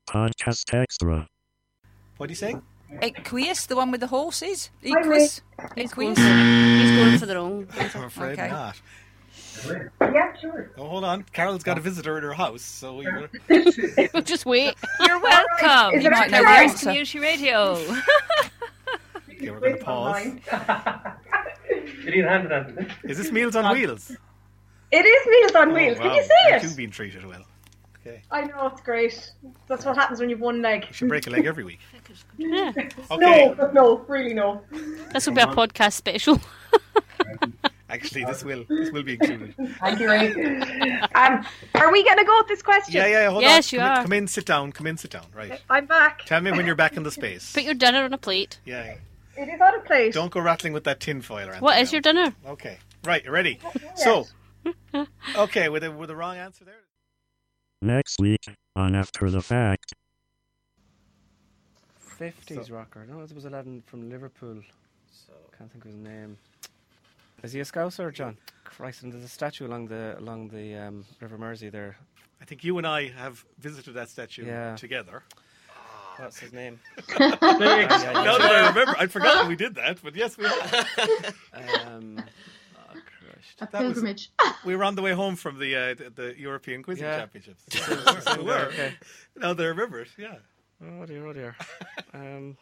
S6: Podcast Extra.
S1: What are you saying?
S4: Equius, the one with the horses.
S3: Hi,
S4: Equus.
S5: He's going,
S4: Equus.
S5: for, he's going for the wrong.
S1: I'm afraid
S4: Okay.
S1: not.
S3: Yeah, sure.
S1: Oh, hold on. Carol's got a visitor at her house, so you better...
S5: Just wait.
S2: You're welcome.
S3: Is it
S4: might know
S3: okay?
S4: the
S2: Here's
S4: answer.
S2: Community Radio.
S1: okay, we're going to pause. Is this Meals on Wheels?
S3: It is Meals on Uh, Wheels.
S1: Oh,
S3: Can
S1: wow.
S3: you
S1: You're
S3: see
S1: too
S3: it?
S1: being treated well. Okay.
S3: I know it's great. That's what happens when you've one leg.
S1: You should break a leg every week.
S5: Yeah.
S1: Okay.
S3: No, but no, really no.
S5: This will be a podcast special.
S1: Actually, this will this will be included.
S3: Thank you, Ray. Um, are we going to go with this question?
S1: Yeah, yeah, yeah. Hold
S5: Yes,
S1: on.
S5: you
S1: come,
S5: are.
S1: In, come in, sit down. Come in, sit down. Right.
S3: I'm back.
S1: Tell me when you're back in the space.
S5: Put your dinner on a plate.
S1: Yeah. yeah.
S3: It is on a plate.
S1: Don't go rattling with that tin foil. Or
S5: What
S1: anything
S5: is your
S1: now.
S5: dinner?
S1: Okay. Right. you Ready. So. Okay. With the with the wrong answer there.
S6: Next week on After the Fact.
S9: 50s rocker. No, it was a lad in- from Liverpool. Can't think of his name. Is he a Scouser, John? Christ, and there's a statue along the along the um, River Mersey there.
S1: I think you and I have visited that statue
S9: Yeah.
S1: together.
S9: What's his name?
S1: Now that I remember, I'd forgotten we did that, but yes, we have.
S9: Um, oh, crushed.
S1: That was, we were on the way home from the uh, the, the European Quizzing
S9: Yeah.
S1: Championships. we were.
S9: Okay.
S1: Now that I remember it, yeah.
S9: Oh dear, oh dear. Um,